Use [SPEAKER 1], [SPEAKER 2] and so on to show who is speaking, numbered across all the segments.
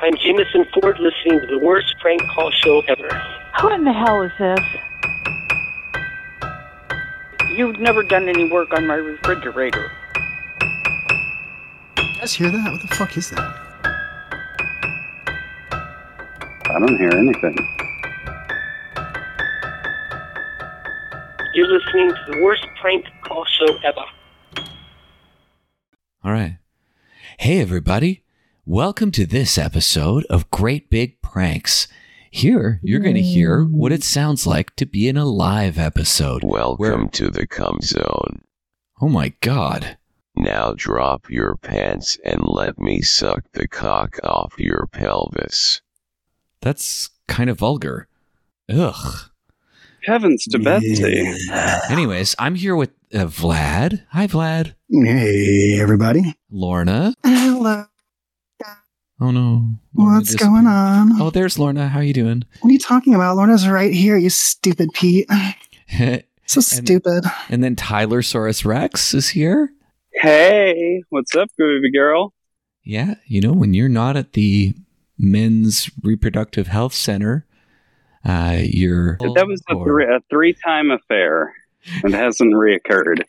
[SPEAKER 1] I'm Jameson Ford listening to the worst prank call show ever.
[SPEAKER 2] Who in the hell is this?
[SPEAKER 3] You've never done any work on my refrigerator.
[SPEAKER 4] You guys hear that? What the fuck is that?
[SPEAKER 5] I don't hear anything.
[SPEAKER 1] You're listening to the worst prank call show ever.
[SPEAKER 6] All right. Hey, everybody. Welcome to this episode of Great Big Pranks. Here, you're going to hear what it sounds like to be in a live episode.
[SPEAKER 7] Welcome
[SPEAKER 6] where-
[SPEAKER 7] to the cum zone.
[SPEAKER 6] oh my God.
[SPEAKER 7] Now drop your pants and let me suck the cock off your pelvis.
[SPEAKER 6] That's kind of vulgar. Ugh.
[SPEAKER 5] Heavens to Betsy.
[SPEAKER 6] Anyways, I'm here with uh, Vlad. Hi, Vlad.
[SPEAKER 4] Hey, everybody.
[SPEAKER 6] Lorna.
[SPEAKER 4] Hello.
[SPEAKER 6] Oh, no. Lorna
[SPEAKER 4] What's going
[SPEAKER 6] disappeared.
[SPEAKER 4] on?
[SPEAKER 6] Oh, there's Lorna. How you doing?
[SPEAKER 4] What are you talking about? Lorna's right here, you stupid Pete. So stupid.
[SPEAKER 6] and then Tyler Saurus Rex is here.
[SPEAKER 5] Hey, what's up, groovy girl?
[SPEAKER 6] Yeah, you know, when you're not at the men's reproductive health center, uh, you're
[SPEAKER 5] That was a,
[SPEAKER 6] or-
[SPEAKER 5] three a three-time affair and hasn't reoccurred.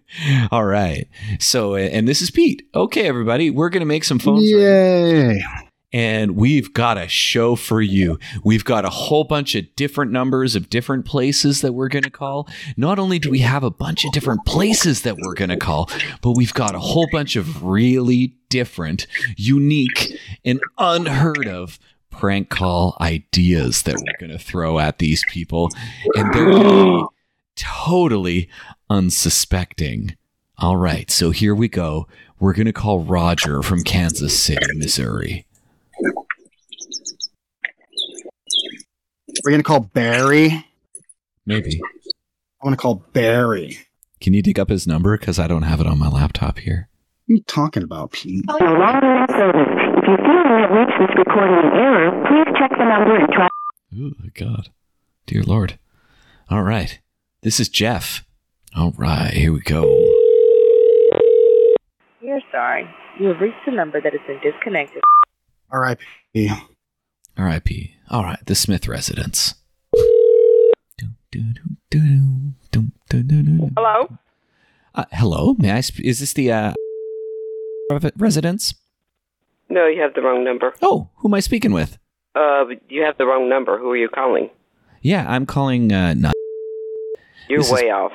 [SPEAKER 6] All right. So, uh, and this is Pete. Okay, everybody, we're gonna make some phones. right
[SPEAKER 4] Yay.
[SPEAKER 6] and we've got a show for you. We've got a whole bunch of different numbers of different places that we're going to call. Not only do we have a bunch of different places that we're going to call, but we've got a whole bunch of really different, unique, and unheard of prank call ideas that we're going to throw at these people. And they're going to be totally unsuspecting. All right, so here we go. We're going to call Roger from Kansas City, Missouri.
[SPEAKER 4] We're going to call Barry. I
[SPEAKER 6] Maybe.
[SPEAKER 4] want to call Barry.
[SPEAKER 6] Can you dig up his number? Because I don't have it on my laptop here.
[SPEAKER 4] What are you talking about, Pete?
[SPEAKER 8] If you feel you have reached this recording in error, please check the number and try.
[SPEAKER 6] Ooh, God. Dear Lord. All right. This is Jeff. All right. Here we go.
[SPEAKER 9] We are sorry. You have reached a number that has been disconnected.
[SPEAKER 4] R.I.P.
[SPEAKER 6] R.I.P. All right. The Smith residence. Dum, dum, dum, dum, dum, dum, dum, dum.
[SPEAKER 3] Hello?
[SPEAKER 6] Uh, hello. May I? Sp- is this the uh, re- residence?
[SPEAKER 3] No, you have the wrong number.
[SPEAKER 6] Oh, who am I speaking with?
[SPEAKER 3] Uh, you have the wrong number. Who are you calling?
[SPEAKER 6] Yeah, I'm calling. Uh, not-
[SPEAKER 3] You're
[SPEAKER 6] This is-
[SPEAKER 3] way off.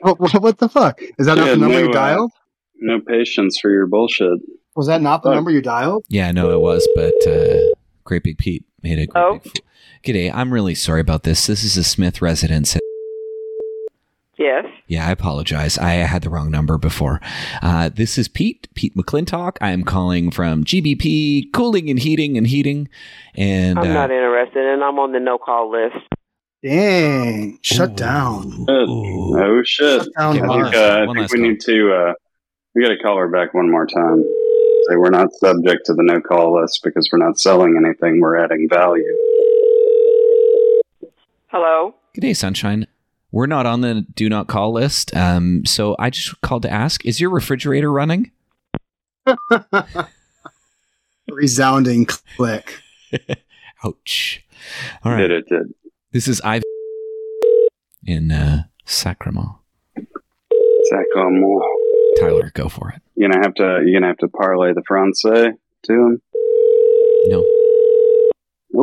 [SPEAKER 4] What, what, what the fuck? Is that not
[SPEAKER 5] Yeah,
[SPEAKER 4] the number
[SPEAKER 5] no,
[SPEAKER 4] you
[SPEAKER 5] uh,
[SPEAKER 4] dialed?
[SPEAKER 5] No patience for your bullshit.
[SPEAKER 4] Was that not the
[SPEAKER 5] uh,
[SPEAKER 4] number you dialed?
[SPEAKER 6] yeah, I know it was, but uh, Great Big Pete made a great
[SPEAKER 3] Oh.
[SPEAKER 6] big fool. G'day. I'm really sorry about this. This is the Smith residence
[SPEAKER 3] Yes?
[SPEAKER 6] Yeah, I apologize. I had the wrong number before. Uh, this is Pete, Pete McClintock. I am calling from GBP Cooling and Heating and Heating. And
[SPEAKER 3] I'm
[SPEAKER 6] uh,
[SPEAKER 3] not interested, and I'm on the no-call list.
[SPEAKER 4] Dang. Shut
[SPEAKER 6] ooh,
[SPEAKER 4] down.
[SPEAKER 5] Shit.
[SPEAKER 6] ooh.
[SPEAKER 5] Oh shit!
[SPEAKER 4] Shut down.
[SPEAKER 6] Okay,
[SPEAKER 5] I
[SPEAKER 6] one
[SPEAKER 4] Barry.
[SPEAKER 6] last-
[SPEAKER 5] think, uh,
[SPEAKER 6] one
[SPEAKER 5] I think
[SPEAKER 6] last
[SPEAKER 5] we
[SPEAKER 6] call.
[SPEAKER 5] need to. Uh, we got to call her back one more time. Say we're not subject to the no-call list because we're not selling anything. We're adding value.
[SPEAKER 3] Hello?
[SPEAKER 6] G'day, Sunshine. We're not on the do not call list. Um, so I just called to ask is your refrigerator running?
[SPEAKER 4] Resounding click.
[SPEAKER 6] Ouch. All
[SPEAKER 5] Did
[SPEAKER 6] right.
[SPEAKER 5] it? Did
[SPEAKER 6] This is I in uh, Sacramento.
[SPEAKER 5] Sacramento.
[SPEAKER 6] Tyler, go for it.
[SPEAKER 5] You're um, gonna have to. You're gonna have to parlay the français to him.
[SPEAKER 6] No.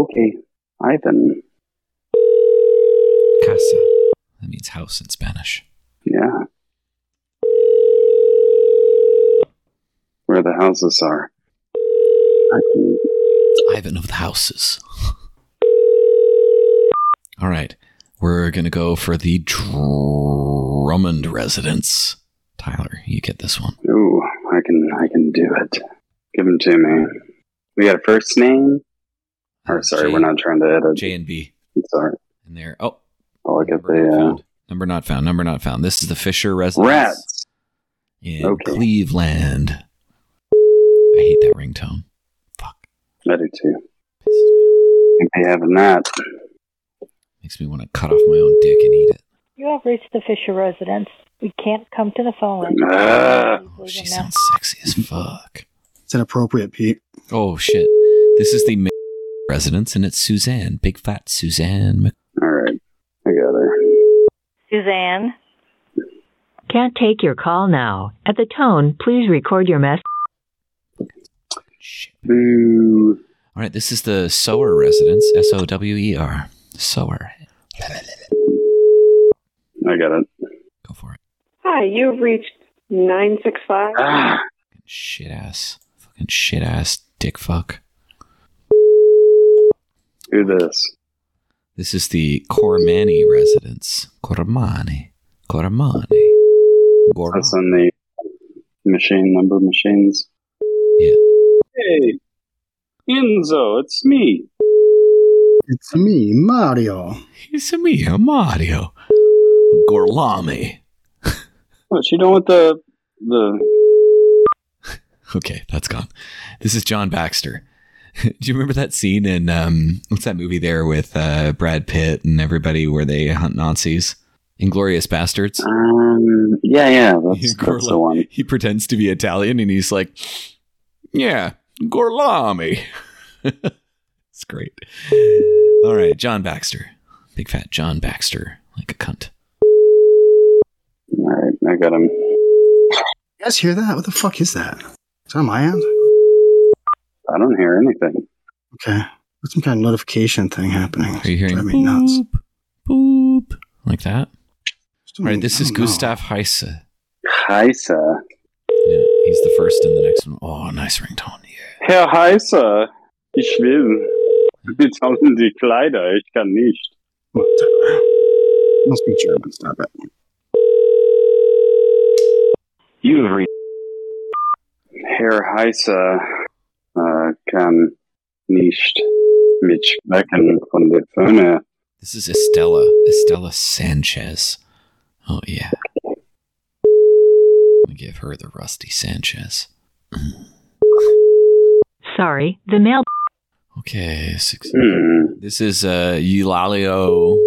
[SPEAKER 5] Okay, Ivan.
[SPEAKER 6] Casa. That means house in Spanish.
[SPEAKER 5] Yeah. Where the houses are. I can-
[SPEAKER 6] Ivan of the houses. All right, we're gonna go for the Drummond residence. Tyler, you get this one.
[SPEAKER 5] Ooh, I can. I can do it. Give them to me. We got a first name. Or sorry,
[SPEAKER 6] Uh, J-
[SPEAKER 5] we're not trying to edit.
[SPEAKER 6] J and B
[SPEAKER 5] I'm sorry.
[SPEAKER 6] in there. Oh,
[SPEAKER 5] I'll look at
[SPEAKER 6] number not
[SPEAKER 5] the
[SPEAKER 6] found. number not found. Number not found. This is the Fisher
[SPEAKER 5] uh,
[SPEAKER 6] residence
[SPEAKER 5] rats.
[SPEAKER 6] in
[SPEAKER 5] Okay.
[SPEAKER 6] Cleveland. I hate that ringtone. Fuck,
[SPEAKER 5] I do too.
[SPEAKER 6] pisses me off.
[SPEAKER 5] If they have that,
[SPEAKER 6] Makes me want to cut off my own dick and eat it.
[SPEAKER 9] You have reached the Fisher residence. We can't come to the phone.
[SPEAKER 5] Ah.
[SPEAKER 6] Oh, she sounds sexy as fuck.
[SPEAKER 4] It's inappropriate, Pete.
[SPEAKER 6] Oh shit! This is the Mc- residence, and it's Suzanne, big fat Suzanne. Mc-
[SPEAKER 5] All right. I got her.
[SPEAKER 9] Suzanne?
[SPEAKER 10] Can't take your call now. At the tone, please record your message.
[SPEAKER 5] Boo.
[SPEAKER 6] All right, this is the Sower residence, S O W E R, Sower.
[SPEAKER 5] I got it.
[SPEAKER 6] Go for it.
[SPEAKER 11] Hi, you've reached 965.
[SPEAKER 5] Ah.
[SPEAKER 6] Shit ass, fucking shit ass, dick fuck.
[SPEAKER 5] Who this?
[SPEAKER 6] This is the Cormani residence. Cormani, Cormani. Gormani.
[SPEAKER 5] That's on the machine number machines.
[SPEAKER 6] Yeah.
[SPEAKER 5] Hey, Enzo, it's me.
[SPEAKER 4] It's me, Mario.
[SPEAKER 6] It's me, Mario. Gorlami.
[SPEAKER 5] What you doing with the the?
[SPEAKER 6] Okay, that's gone. This is John Baxter. Do you remember that scene in um, what's that movie there with uh, Brad Pitt and everybody where they hunt Nazis? Inglorious Bastards.
[SPEAKER 5] Um, yeah, yeah, that's, that's the
[SPEAKER 6] Gorla-
[SPEAKER 5] one.
[SPEAKER 6] He pretends to be Italian and he's like, "Yeah, Gorlami." it's great. All right, John Baxter, big fat John Baxter, like a cunt.
[SPEAKER 5] All right, I got him.
[SPEAKER 4] You guys hear that? What the fuck is that? It's on my end.
[SPEAKER 5] I don't hear anything.
[SPEAKER 4] Okay. There's some kind of notification thing happening.
[SPEAKER 6] Are you hearing
[SPEAKER 4] Driving me nuts.
[SPEAKER 6] boop, boop like that? All right, this
[SPEAKER 4] I
[SPEAKER 6] is
[SPEAKER 5] Hmm,
[SPEAKER 4] don't know.
[SPEAKER 6] Gustav Heise.
[SPEAKER 5] Heisa.
[SPEAKER 6] Yeah, he's the first and the next one. Oh, nice ringtone. Yeah.
[SPEAKER 5] Herr Heisa, ich will. Die tauschen die Kleider, ich kann nicht.
[SPEAKER 4] Must be German. Stop it.
[SPEAKER 7] You've reached
[SPEAKER 5] Herr Heisa äh, kann nicht mit Schmecken von der Firma.
[SPEAKER 6] This is Estella. Estella Sanchez. Oh, yeah. I'm going to give her the Rusty Sanchez.
[SPEAKER 10] Sorry, the mail.
[SPEAKER 6] Okay. Six.
[SPEAKER 5] Hm,
[SPEAKER 6] This is uh, Eulalio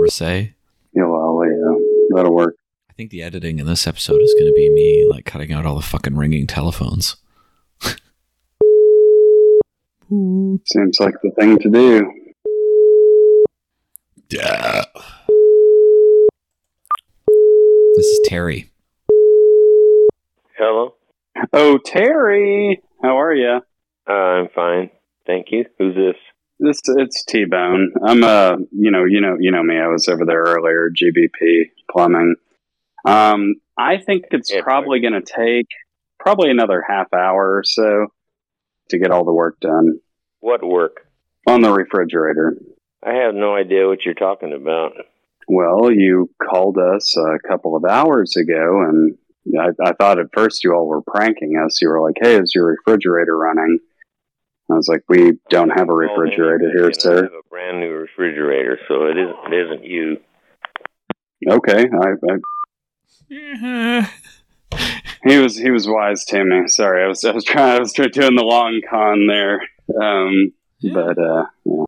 [SPEAKER 6] Rosé.
[SPEAKER 5] ja, well, yeah, that'll work.
[SPEAKER 6] I think the editing in this episode is going to be me like cutting out all the fucking ringing telephones.
[SPEAKER 5] Seems like the thing to do.
[SPEAKER 6] Yeah. This is Terry.
[SPEAKER 12] Hello.
[SPEAKER 5] Oh, Terry, how are you?
[SPEAKER 12] Uh, I'm fine. Thank you. Who's this?
[SPEAKER 5] This it's T Bone. I'm uh, you know, you know, you know me. I was over there earlier. GBP plumbing. Um, I think it's
[SPEAKER 12] Yeah,
[SPEAKER 5] probably going to take probably another half hour or so to get all the work done
[SPEAKER 12] What work?
[SPEAKER 5] on the refrigerator.
[SPEAKER 12] I have no idea what you're talking about.
[SPEAKER 5] Well, you called us a couple of hours ago, and I, I thought at first you all were pranking us. You were like, "Hey, is your refrigerator running?" I was like, "We don't have a refrigerator here,
[SPEAKER 12] And I
[SPEAKER 5] sir."
[SPEAKER 12] have a brand new refrigerator, so it isn't. It isn't you.
[SPEAKER 5] Okay, I, I He was he was wise to me. Sorry, I was I was trying I was trying doing the long con there. Um, but uh, yeah,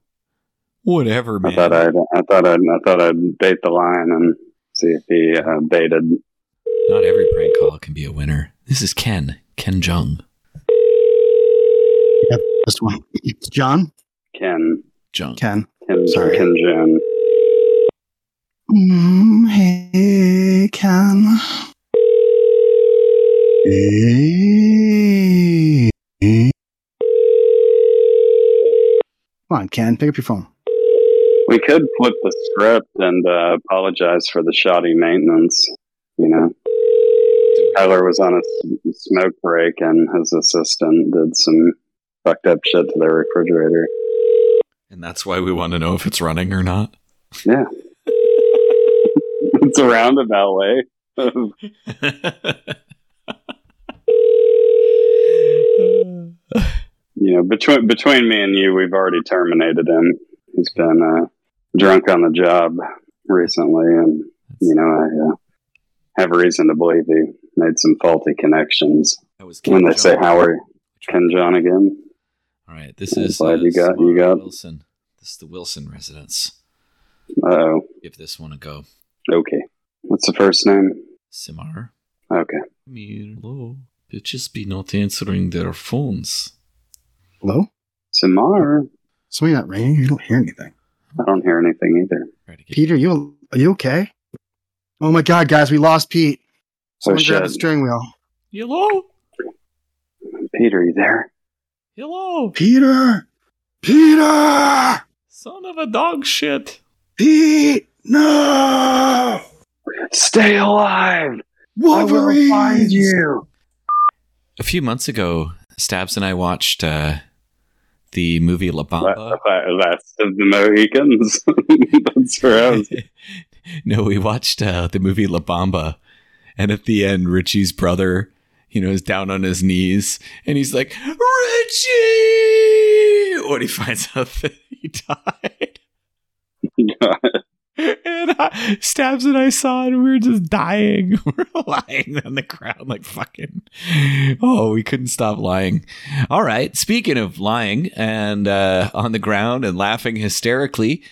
[SPEAKER 6] Whatever,
[SPEAKER 5] I thought I'd I thought I'd I thought I'd bait the line and see if he uh, baited.
[SPEAKER 6] Not every prank call can be a winner. This is Ken. Ken Jung.
[SPEAKER 4] Yep, this one. It's John?
[SPEAKER 5] Ken
[SPEAKER 6] Jung.
[SPEAKER 4] Ken.
[SPEAKER 5] Ken
[SPEAKER 4] Sorry.
[SPEAKER 5] Ken Jun.
[SPEAKER 4] Mm, hey, Ken. Hey. Come on, Ken. Pick up your phone.
[SPEAKER 5] We could flip the script and uh, apologize for the shoddy maintenance. You know, Tyler was on a s- smoke break, and his assistant did some fucked up shit to their refrigerator.
[SPEAKER 6] And that's why we want to know if it's running or not.
[SPEAKER 5] Yeah. it's a roundabout way of you know between between me and you we've already terminated him he's been uh, drunk on the job recently and you know i uh, have reason to believe he made some faulty connections
[SPEAKER 6] that was
[SPEAKER 5] when they say
[SPEAKER 6] Jong.
[SPEAKER 5] how are you ken john again
[SPEAKER 6] All right, this
[SPEAKER 5] I'm
[SPEAKER 6] is uh,
[SPEAKER 5] glad you got- you
[SPEAKER 6] Simone
[SPEAKER 5] got-
[SPEAKER 6] Wilson. This is the Wilson residence.
[SPEAKER 5] uh-oh
[SPEAKER 6] Give this one a go.
[SPEAKER 5] okay what's the first name
[SPEAKER 6] Simar.
[SPEAKER 5] Okay.
[SPEAKER 6] Milo. It just be not answering their phones.
[SPEAKER 4] Hello?
[SPEAKER 5] Samar.
[SPEAKER 4] So you're not ringing? You don't hear anything.
[SPEAKER 5] I don't hear anything either.
[SPEAKER 4] Peter, you are you okay? Oh my god, guys, we lost Pete. Someone grabbed the
[SPEAKER 5] shit.
[SPEAKER 4] steering wheel.
[SPEAKER 6] Hello?
[SPEAKER 5] Peter, you there?
[SPEAKER 6] Hello?
[SPEAKER 4] Peter! Peter!
[SPEAKER 6] Son of a dog shit.
[SPEAKER 4] Pete! No!
[SPEAKER 5] Stay alive! I will find you!
[SPEAKER 6] A few months ago, Stabs and I watched uh, the movie La Bamba.
[SPEAKER 5] La- Last of the Mohicans. That's where I was.
[SPEAKER 6] No, we watched uh, the movie La Bamba, and at the end, Richie's brother, you know, is down on his knees, and he's like, "Richie!" When he finds out that he died, and I, Stabs and I saw it, and we were just dying. we were lying on the ground like fucking. Oh, we couldn't stop lying. All right. Speaking of lying and uh, on the ground and laughing hysterically,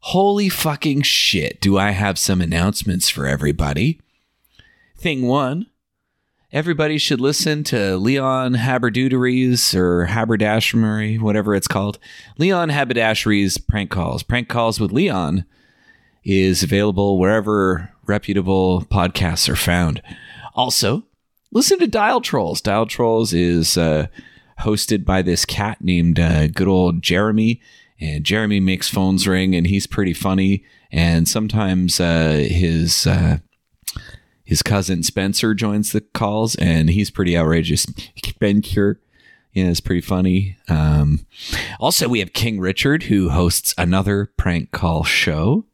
[SPEAKER 6] holy fucking shit! Do I have some announcements for everybody? Thing one. Everybody should listen to Leon Haberduderies or Haberdashery, whatever it's called. Leon Haberdashery's prank calls. Prank calls with Leon is available wherever reputable podcasts are found. Also, listen to Dial Trolls. Dial Trolls is uh, hosted by this cat named uh, good old Jeremy. And Jeremy makes phones ring, and he's pretty funny. And sometimes uh, his uh, his cousin Spencer joins the calls, and he's pretty outrageous. Spencer, yeah, it's pretty funny. Um, also, we have King Richard, who hosts another prank call show.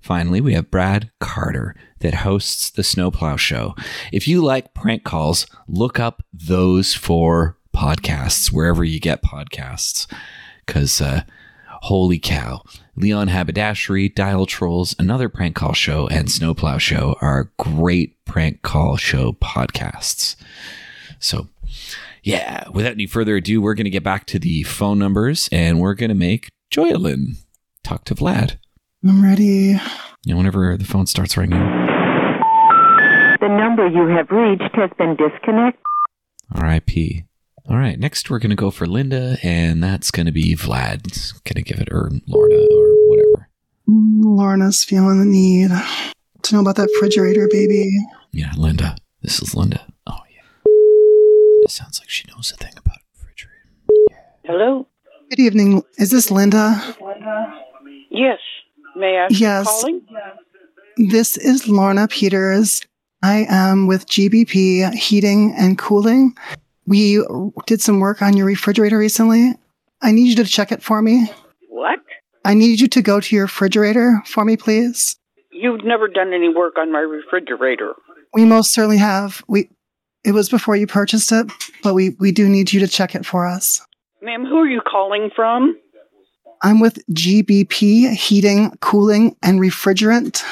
[SPEAKER 6] Finally, we have Brad Carter that hosts the Snowplow Show. If you like prank calls, look up those four podcasts wherever you get podcasts. Because uh, holy cow, Leon Haberdashery, Dial Trolls, another prank call show, and Snowplow Show are great prank call show podcasts. So, yeah, without any further ado, we're going to get back to the phone numbers and we're going to make Joylin talk to Vlad.
[SPEAKER 4] I'm ready.
[SPEAKER 6] You know, whenever the phone starts ringing.
[SPEAKER 8] The number you have reached has been disconnected.
[SPEAKER 6] R.I.P. All right, next we're gonna go for Linda, and that's gonna be Vlad's gonna give it or Lorna or whatever.
[SPEAKER 4] Mm, Lorna's feeling the need to know about that refrigerator, baby.
[SPEAKER 6] Yeah, Linda. This is Linda. Oh yeah. Linda sounds like she knows a thing about
[SPEAKER 3] Hello?
[SPEAKER 4] Good evening. Is this Linda?
[SPEAKER 3] Yes. May I?
[SPEAKER 4] Yes.
[SPEAKER 3] Calling?
[SPEAKER 4] This is Lorna Peters. I am with GBP Heating and Cooling. We did some work on your refrigerator recently. I need you to check it for me.
[SPEAKER 3] What?
[SPEAKER 4] I need you to go to your refrigerator for me, please.
[SPEAKER 3] You've never done any work on my refrigerator.
[SPEAKER 4] We most certainly have. We it was before you purchased it, but we, we do need you to check it for us.
[SPEAKER 3] Ma'am, who are you calling from?
[SPEAKER 4] I'm with GBP Heating, Cooling, and Refrigerant.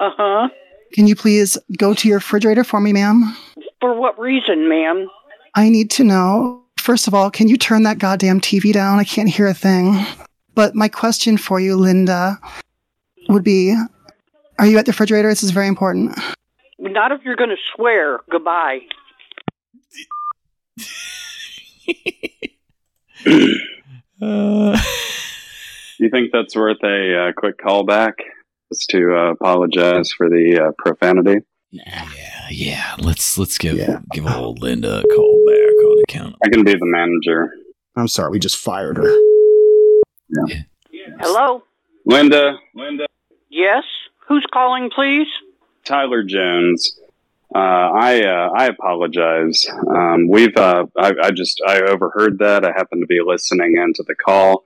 [SPEAKER 3] Uh huh.
[SPEAKER 4] Can you please go to your refrigerator for me, ma'am?
[SPEAKER 3] For what reason, ma'am?
[SPEAKER 4] I need to know. First of all, can you turn that goddamn TV down? I can't hear a thing. But my question for you, Linda, would be Are you at the refrigerator? This is very important.
[SPEAKER 3] Not if you're going to swear. Goodbye.
[SPEAKER 6] Uh,
[SPEAKER 5] You think that's worth a uh, quick callback? Just to uh, apologize for the uh, profanity.
[SPEAKER 6] Yeah, yeah. Let's let's give give old Linda a call back on account.
[SPEAKER 5] I can be the manager.
[SPEAKER 4] I'm sorry, we just fired her.
[SPEAKER 3] Hello?
[SPEAKER 5] Linda. Linda.
[SPEAKER 3] Yes? Who's calling, please?
[SPEAKER 5] Tyler Jones. Uh, I uh, I apologize. Um, we've uh, I, I just I overheard that. I happened to be listening into the call,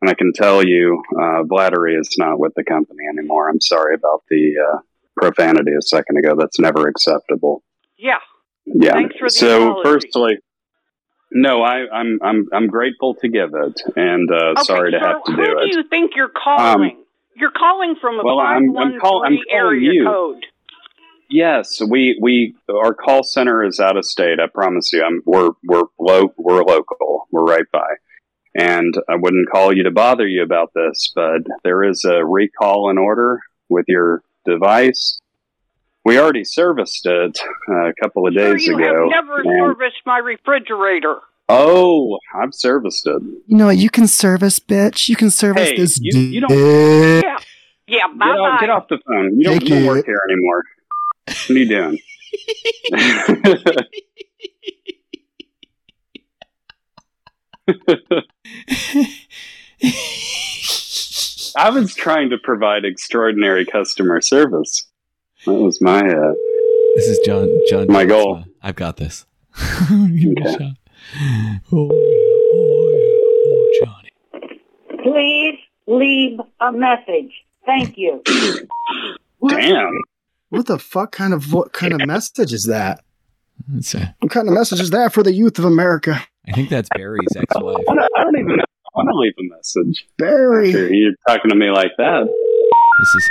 [SPEAKER 5] and I can tell you, uh, Blattery is not with the company anymore. I'm sorry about the uh, profanity a second ago. That's never acceptable.
[SPEAKER 3] Yeah.
[SPEAKER 5] Yeah.
[SPEAKER 3] Thanks for the
[SPEAKER 5] so,
[SPEAKER 3] apology.
[SPEAKER 5] firstly, no, I, I'm I'm I'm grateful to give it, and uh,
[SPEAKER 3] Okay,
[SPEAKER 5] sorry to
[SPEAKER 3] sir,
[SPEAKER 5] have to do
[SPEAKER 3] who
[SPEAKER 5] it. Um,
[SPEAKER 3] you think you're calling? you're calling from a
[SPEAKER 5] well, I'm- I'm
[SPEAKER 3] 513
[SPEAKER 5] call- I'm calling
[SPEAKER 3] area
[SPEAKER 5] you.
[SPEAKER 3] code.
[SPEAKER 5] Yes, we we our call center is out of state. I promise you, I'm we're we're lo- we're local. We're right by, and I wouldn't call you to bother you about this, but there is a recall in order with your device, we already serviced it uh, a couple of days
[SPEAKER 3] you
[SPEAKER 5] ago.
[SPEAKER 3] have never
[SPEAKER 5] and-
[SPEAKER 3] serviced my refrigerator.
[SPEAKER 5] oh, I've serviced it.
[SPEAKER 4] You know what? You can service, bitch. You can service
[SPEAKER 5] Hey,
[SPEAKER 4] this.
[SPEAKER 5] you- you don't-
[SPEAKER 4] dick.
[SPEAKER 3] Yeah,
[SPEAKER 5] Get off, get off the phone. You don't,
[SPEAKER 4] Thank
[SPEAKER 5] you don't
[SPEAKER 4] you.
[SPEAKER 5] work here anymore. What are you doing? I was trying to provide extraordinary customer service. That was my uh,
[SPEAKER 6] This is John. John.
[SPEAKER 5] My
[SPEAKER 6] Johnson.
[SPEAKER 5] goal.
[SPEAKER 6] I've got this.
[SPEAKER 5] Okay.
[SPEAKER 13] Please leave a message. Thank you.
[SPEAKER 5] Damn.
[SPEAKER 4] What the fuck kind of vo- kind of message is that?
[SPEAKER 6] That's a-
[SPEAKER 4] What kind of message is that for the youth of America?
[SPEAKER 6] I think that's Barry's ex-wife.
[SPEAKER 5] I don't, I don't even know. I want to leave a message.
[SPEAKER 4] Barry.
[SPEAKER 5] After you're talking to me like that.
[SPEAKER 6] This is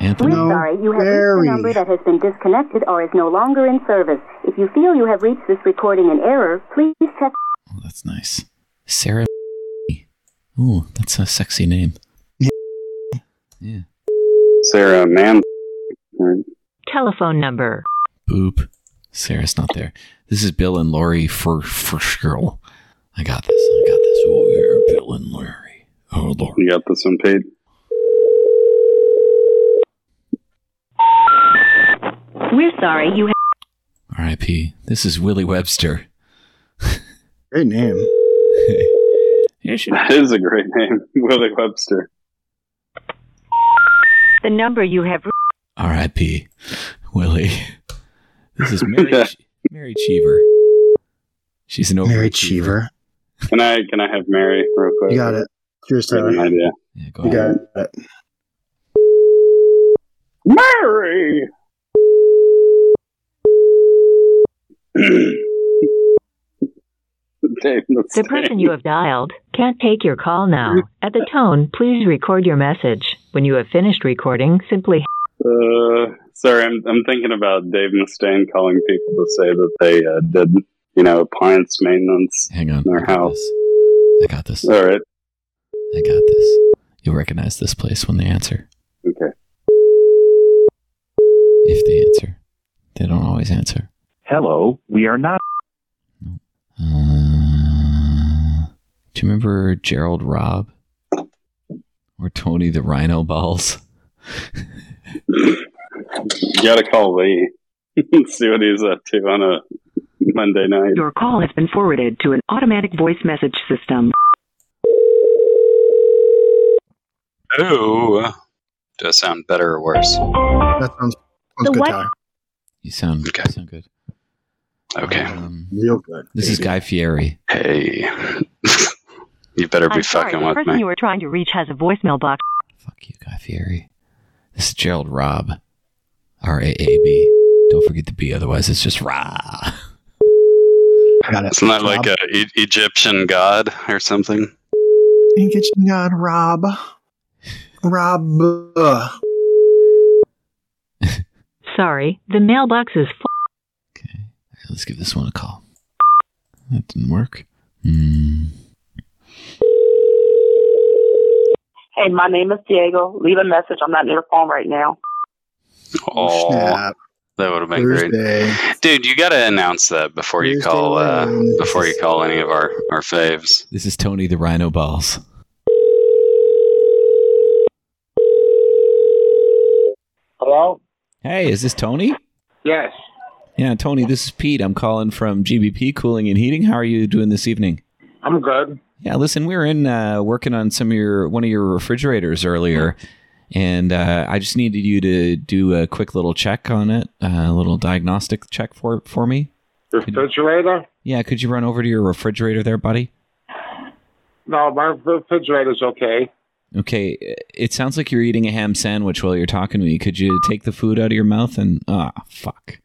[SPEAKER 6] Anthony.
[SPEAKER 13] We're sorry, you have reached a number that has been disconnected or is no longer in service. If you feel you have reached this recording in error, please check.
[SPEAKER 6] Oh, That's nice. Sarah. Ooh, that's a sexy name.
[SPEAKER 5] Sarah, man.
[SPEAKER 10] Telephone number.
[SPEAKER 6] Boop. Sarah's not there. This is Bill and Lori for for girl. I got this. I got this. Oh yeah, Bill and Lori. Oh Lori.
[SPEAKER 5] You got this one, Pete?
[SPEAKER 13] We're sorry, you have.
[SPEAKER 6] R.I.P. This is Willie Webster.
[SPEAKER 4] Great name.
[SPEAKER 5] That is a great name. Willie Webster.
[SPEAKER 10] The number you have.
[SPEAKER 6] R.I.P. Willie. This is Mary. Mary Cheever. She's an
[SPEAKER 4] Mary Cheever.
[SPEAKER 5] Can I can I have Mary real quick?
[SPEAKER 4] You got it. Here's
[SPEAKER 5] I have an
[SPEAKER 4] Tyler.
[SPEAKER 5] idea.
[SPEAKER 4] You got it.
[SPEAKER 5] Mary.
[SPEAKER 10] The person you have dialed can't take your call now. At the tone, please record your message. When you have finished recording, simply.
[SPEAKER 5] Uh, sorry, I'm I'm thinking about Dave Mustaine calling people to say that they uh, did you know appliance maintenance
[SPEAKER 6] Hang on.
[SPEAKER 5] in their house.
[SPEAKER 6] I got this.
[SPEAKER 5] All right.
[SPEAKER 6] I got this. You'll recognize this place when they answer.
[SPEAKER 5] Okay.
[SPEAKER 6] If they answer, they don't always answer.
[SPEAKER 14] Hello, we are not.
[SPEAKER 6] Do you remember Gerald Robb or Tony the Rhino Balls?
[SPEAKER 5] You gotta call Lee. See what he's up to on a Monday night.
[SPEAKER 15] Your call has been forwarded to an automatic voice message system.
[SPEAKER 5] Oh, does that sound better or worse?
[SPEAKER 4] That sounds, sounds good, Tyler.
[SPEAKER 6] You sound you sound good. Um,
[SPEAKER 5] Okay.
[SPEAKER 4] Real good.
[SPEAKER 6] This is Guy Fieri.
[SPEAKER 5] Hey, you better
[SPEAKER 10] I'm sorry, the person you were trying to reach has a voicemail box.
[SPEAKER 6] Guy Fieri. This is Gerald Robb. R A A B. Don't forget the B, otherwise it's just Ra.
[SPEAKER 5] Isn't that like a E- Egyptian god or something?
[SPEAKER 4] And get you God, Rob. Rob.
[SPEAKER 10] Sorry, the mailbox is full.
[SPEAKER 6] Let's give this one a call. That didn't work. Hmm.
[SPEAKER 16] Hey, my name is Diego. Leave a message. I'm not near the phone right now.
[SPEAKER 5] Oh, that would have been great, dude. You got to announce that before you call uh, before you call any of our our faves.
[SPEAKER 6] This is Tony the Rhino Balls.
[SPEAKER 17] Hello?
[SPEAKER 6] Hey, is this Tony?
[SPEAKER 17] Yes.
[SPEAKER 6] Yeah, Tony, this is Pete. I'm calling from GBP Cooling and Heating. How are you doing this evening?
[SPEAKER 17] I'm good.
[SPEAKER 6] Yeah, listen, we were in uh, working on some of your one of your refrigerators earlier, and uh, I just needed you to do a quick little check on it, uh, a little diagnostic check for for me.
[SPEAKER 17] Refrigerator?
[SPEAKER 6] Yeah, could you run over to your refrigerator there, buddy?
[SPEAKER 17] No, my refrigerator's okay.
[SPEAKER 6] Okay, it sounds like you're eating a ham sandwich while you're talking to me. Could you take the food out of your mouth and ah fuck?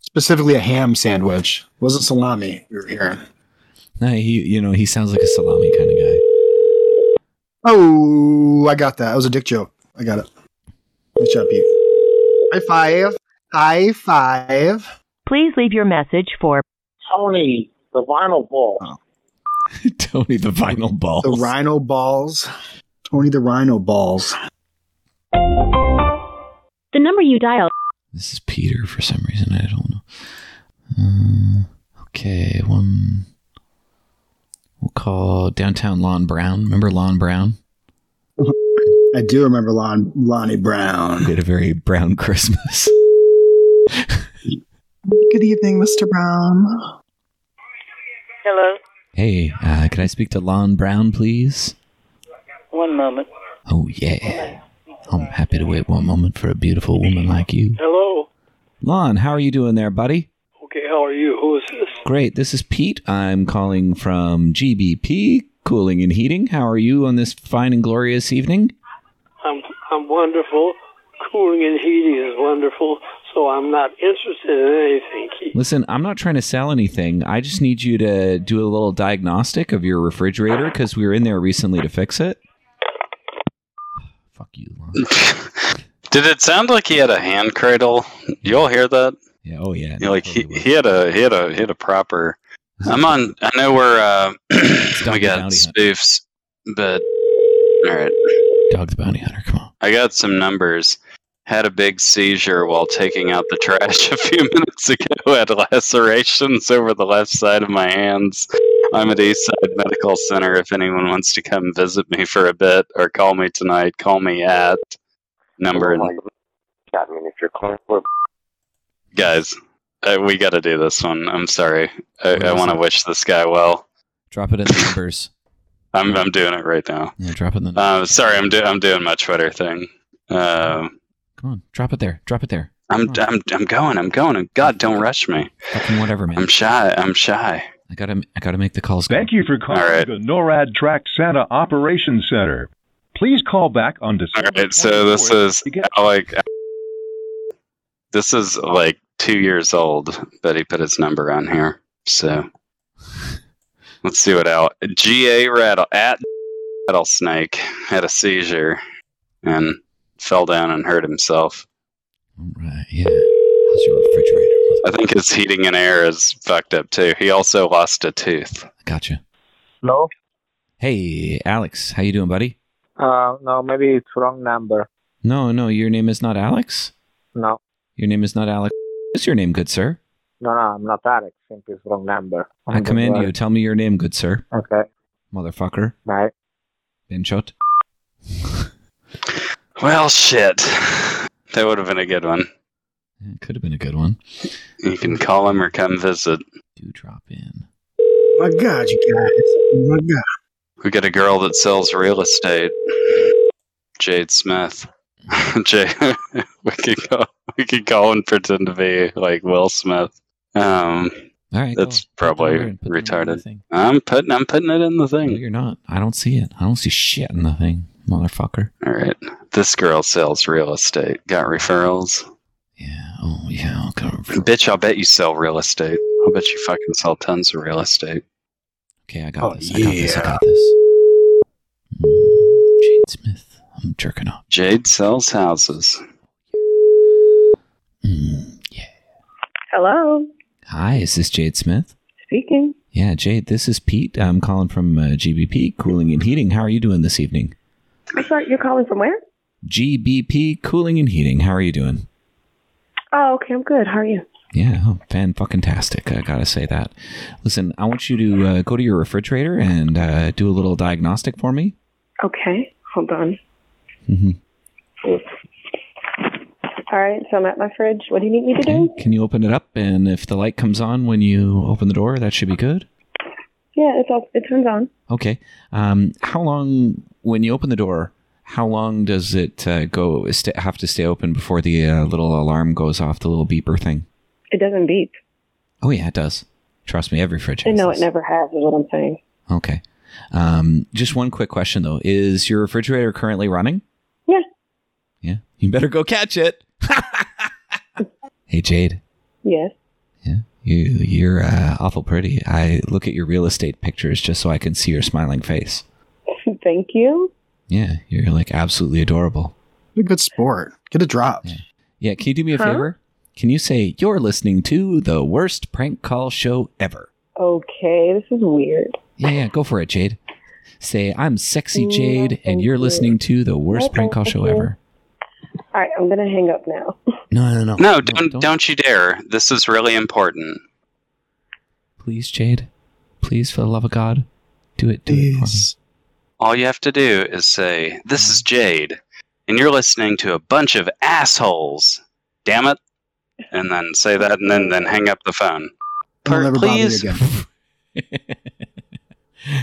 [SPEAKER 4] Specifically, a ham sandwich. Wasn't salami you were hearing.
[SPEAKER 6] Nah, he you know he sounds like a salami kind of guy.
[SPEAKER 4] Oh, I got that. That was a dick joke. I got it. Nice job, Pete. High five. High five.
[SPEAKER 10] Please leave your message for.
[SPEAKER 17] Tony, the vinyl ball.
[SPEAKER 6] Oh. Tony the vinyl balls.
[SPEAKER 4] The rhino balls. Tony the rhino balls.
[SPEAKER 10] The number you dialed.
[SPEAKER 6] This is Peter for some reason. I don't know. Uh, okay, one. We'll call downtown Lon Brown. Remember Lon Brown?
[SPEAKER 18] I do remember Lon, Lonnie Brown.
[SPEAKER 6] We had a very brown Christmas.
[SPEAKER 4] Good evening, Mr. Brown.
[SPEAKER 3] Hello.
[SPEAKER 6] Hey, uh, can I speak to Lon Brown, please?
[SPEAKER 3] One moment.
[SPEAKER 6] Oh, yeah. I'm happy to wait one moment for a beautiful woman like you.
[SPEAKER 3] Hello.
[SPEAKER 6] Lon, how are you doing there, buddy?
[SPEAKER 3] Okay, how are you? Who is this?
[SPEAKER 6] Great. This is Pete. I'm calling from GBP Cooling and Heating. How are you on this fine and glorious evening?
[SPEAKER 3] I'm I'm wonderful. Cooling and heating is wonderful. So I'm not interested in anything. Keith.
[SPEAKER 6] Listen, I'm not trying to sell anything. I just need you to do a little diagnostic of your refrigerator because we were in there recently to fix it. Fuck you, Lon.
[SPEAKER 7] Did it sound like he had a hand cradle? You all hear that?
[SPEAKER 6] Yeah. Oh yeah.
[SPEAKER 7] You know, like he, he had a he had a he had a proper. I'm on. I know we're. Uh, we
[SPEAKER 6] Dr.
[SPEAKER 7] got
[SPEAKER 6] Bounty
[SPEAKER 7] spoofs, but all right.
[SPEAKER 6] Dog the bounty hunter. Come on.
[SPEAKER 7] I got some numbers. Had a big seizure while taking out the trash a few minutes ago. Had lacerations over the left side of my hands. I'm at Eastside Medical Center. If anyone wants to come visit me for a bit or call me tonight, call me at number.
[SPEAKER 19] Oh I mean, if you're calling for
[SPEAKER 7] Guys, uh, we got to do this one. I'm sorry. I,
[SPEAKER 6] What
[SPEAKER 7] I
[SPEAKER 6] is
[SPEAKER 7] want to
[SPEAKER 6] it?
[SPEAKER 7] wish this guy well.
[SPEAKER 6] Drop it in the numbers.
[SPEAKER 7] I'm I'm doing it right now.
[SPEAKER 6] Yeah, drop it in the.
[SPEAKER 7] Uh, sorry, I'm do- I'm doing my Twitter thing. Uh,
[SPEAKER 6] Come on. Drop it there. Drop it there.
[SPEAKER 7] I'm I'm I'm going. I'm going. God, don't rush me.
[SPEAKER 6] Fucking whatever, man.
[SPEAKER 7] I'm shy. I'm shy.
[SPEAKER 6] I gotta I gotta make the calls.
[SPEAKER 20] Thank you for calling the NORAD Track Santa Operations Center. Please call back on December.
[SPEAKER 7] All right, so this is like this is like two years old, but he put his number on here. So let's see what out. G A rattle at rattlesnake had a seizure and fell down and hurt himself.
[SPEAKER 6] Right. Yeah. How's your refrigerator?
[SPEAKER 7] I think his heating and air is fucked up too. He also lost a tooth.
[SPEAKER 6] Gotcha.
[SPEAKER 21] Hello?
[SPEAKER 6] Hey, Alex. How you doing, buddy?
[SPEAKER 21] Uh, no, maybe it's wrong number.
[SPEAKER 6] No, no. Your name is not Alex.
[SPEAKER 21] No,
[SPEAKER 6] Your name is not Alex. What's your name, good sir?
[SPEAKER 21] no, no, I'm not Alex. Simply it's wrong number.
[SPEAKER 6] I command you. Tell me your name, good sir.
[SPEAKER 21] Oh Okay.
[SPEAKER 6] Motherfucker.
[SPEAKER 21] Right.
[SPEAKER 6] Benchot.
[SPEAKER 7] Well, shit. That would have been a good one.
[SPEAKER 6] Could have been a good one.
[SPEAKER 7] You can call him or come visit.
[SPEAKER 6] Do drop
[SPEAKER 18] My God, you guys. My God.
[SPEAKER 7] We got a girl that sells real estate. Jade Smith. Jade, we could call we could call and pretend to be like Will Smith. Um,
[SPEAKER 6] All right,
[SPEAKER 7] that's
[SPEAKER 6] number
[SPEAKER 7] probably
[SPEAKER 6] in,
[SPEAKER 7] retarded. I'm putting I'm putting it in the thing.
[SPEAKER 6] you're not. I don't see it. I don't see shit in the thing, motherfucker.
[SPEAKER 7] All right, this girl sells real estate. Got referrals.
[SPEAKER 6] Yeah. Oh yeah.
[SPEAKER 7] Bitch, I'll bet you sell real estate. I'll bet you fucking sell tons of real estate.
[SPEAKER 6] Okay, I
[SPEAKER 7] got
[SPEAKER 6] this. I got this. I got this. Mm, Jade Smith. I'm jerking off.
[SPEAKER 7] Jade sells houses.
[SPEAKER 8] Hello,
[SPEAKER 6] Hi, is this Jade Smith?
[SPEAKER 8] speaking.
[SPEAKER 6] Yeah, Jade. This is Pete. I'm calling from uh, GBP Cooling and Heating. How are you doing this evening?
[SPEAKER 8] I'm sorry, you're calling from where?
[SPEAKER 6] GBP Cooling and Heating. How are you doing?
[SPEAKER 8] Oh, okay, I'm good. How are you?
[SPEAKER 6] Yeah, oh, fan fucking tastic. I gotta say that. Listen, I want you to uh, go to your refrigerator and uh, do a little diagnostic for me.
[SPEAKER 8] Okay, hold on.
[SPEAKER 6] hmm
[SPEAKER 8] All right, so I'm at my fridge. What do you need me to do?
[SPEAKER 6] Can you open it up? And if the light comes on when you open the door, that should be good.
[SPEAKER 8] Yeah, it's all it turns on.
[SPEAKER 6] Okay. Um, how long when you open the door? How long does it uh, go? St- have to stay open before the uh, little alarm goes off, the little beeper thing?
[SPEAKER 8] It doesn't beep.
[SPEAKER 6] Oh yeah, it does. Trust me, every fridge.
[SPEAKER 8] And
[SPEAKER 6] has
[SPEAKER 8] no,
[SPEAKER 6] this.
[SPEAKER 8] it never has. Is what I'm saying.
[SPEAKER 6] Okay. Um, just one quick question though: Is your refrigerator currently running?
[SPEAKER 8] Yeah.
[SPEAKER 6] Yeah. You better go catch it. hey Jade,
[SPEAKER 8] Yes.
[SPEAKER 6] you you're uh, awful pretty. I look at your real estate pictures just so I can see your smiling face.
[SPEAKER 8] Thank you.
[SPEAKER 6] Yeah, you're like absolutely adorable.
[SPEAKER 4] You're a good sport. Get a drop.
[SPEAKER 6] Yeah, can you do me a
[SPEAKER 8] Huh?
[SPEAKER 6] favor? Can you say you're listening to the worst prank call show ever?
[SPEAKER 8] Oh, Okay, this is weird.
[SPEAKER 6] Yeah, yeah, go for it, Jade. Say I'm sexy Jade, and you're listening to the worst prank call show ever.
[SPEAKER 22] All right, I'm going to hang up now.
[SPEAKER 6] No, no, no.
[SPEAKER 7] No, don't, don't you dare. This is really important.
[SPEAKER 6] Please, Jade. Please, for the love of God, do it. Do it
[SPEAKER 7] All you have to do is say, "This
[SPEAKER 6] Mm-hmm.
[SPEAKER 7] is Jade," and you're listening to a bunch of assholes. Damn it! And then say that, and then then hang up the phone.
[SPEAKER 18] I'll never
[SPEAKER 7] please.
[SPEAKER 18] bother you again.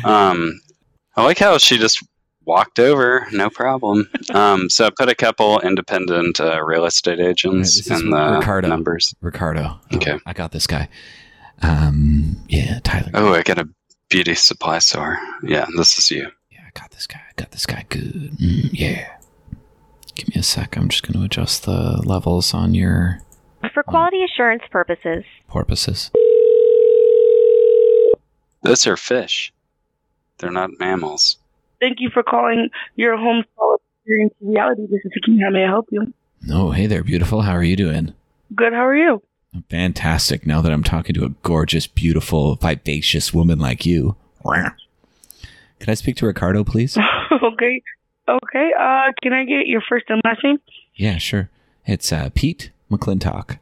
[SPEAKER 7] Um, I like how she just walked over, no problem. um, so I put a couple independent uh, real estate agents
[SPEAKER 6] This is
[SPEAKER 7] in the
[SPEAKER 6] Ricardo.
[SPEAKER 7] numbers.
[SPEAKER 6] Ricardo. Oh,
[SPEAKER 7] Okay.
[SPEAKER 6] I got this guy. Um, yeah, Tyler.
[SPEAKER 7] Oh, I got a beauty supply store. Yeah, this is you.
[SPEAKER 6] I got this guy good. Mm, yeah. Give me a sec. I'm just going to adjust the levels on your
[SPEAKER 23] For quality assurance purposes,
[SPEAKER 6] porpoises.
[SPEAKER 7] Those are fish. They're not mammals.
[SPEAKER 2] Thank you for calling your home call experience reality. This is Vicky. How may I help you?
[SPEAKER 6] Oh, hey there, beautiful. How are you doing?
[SPEAKER 2] Good. How are you?
[SPEAKER 6] Fantastic. Now that I'm talking to a gorgeous, beautiful, vivacious woman like you. Can I speak to Ricardo, please?
[SPEAKER 2] okay. Okay. Uh, can I get your first and last name?
[SPEAKER 6] Yeah, sure. It's uh, Pete McClintock.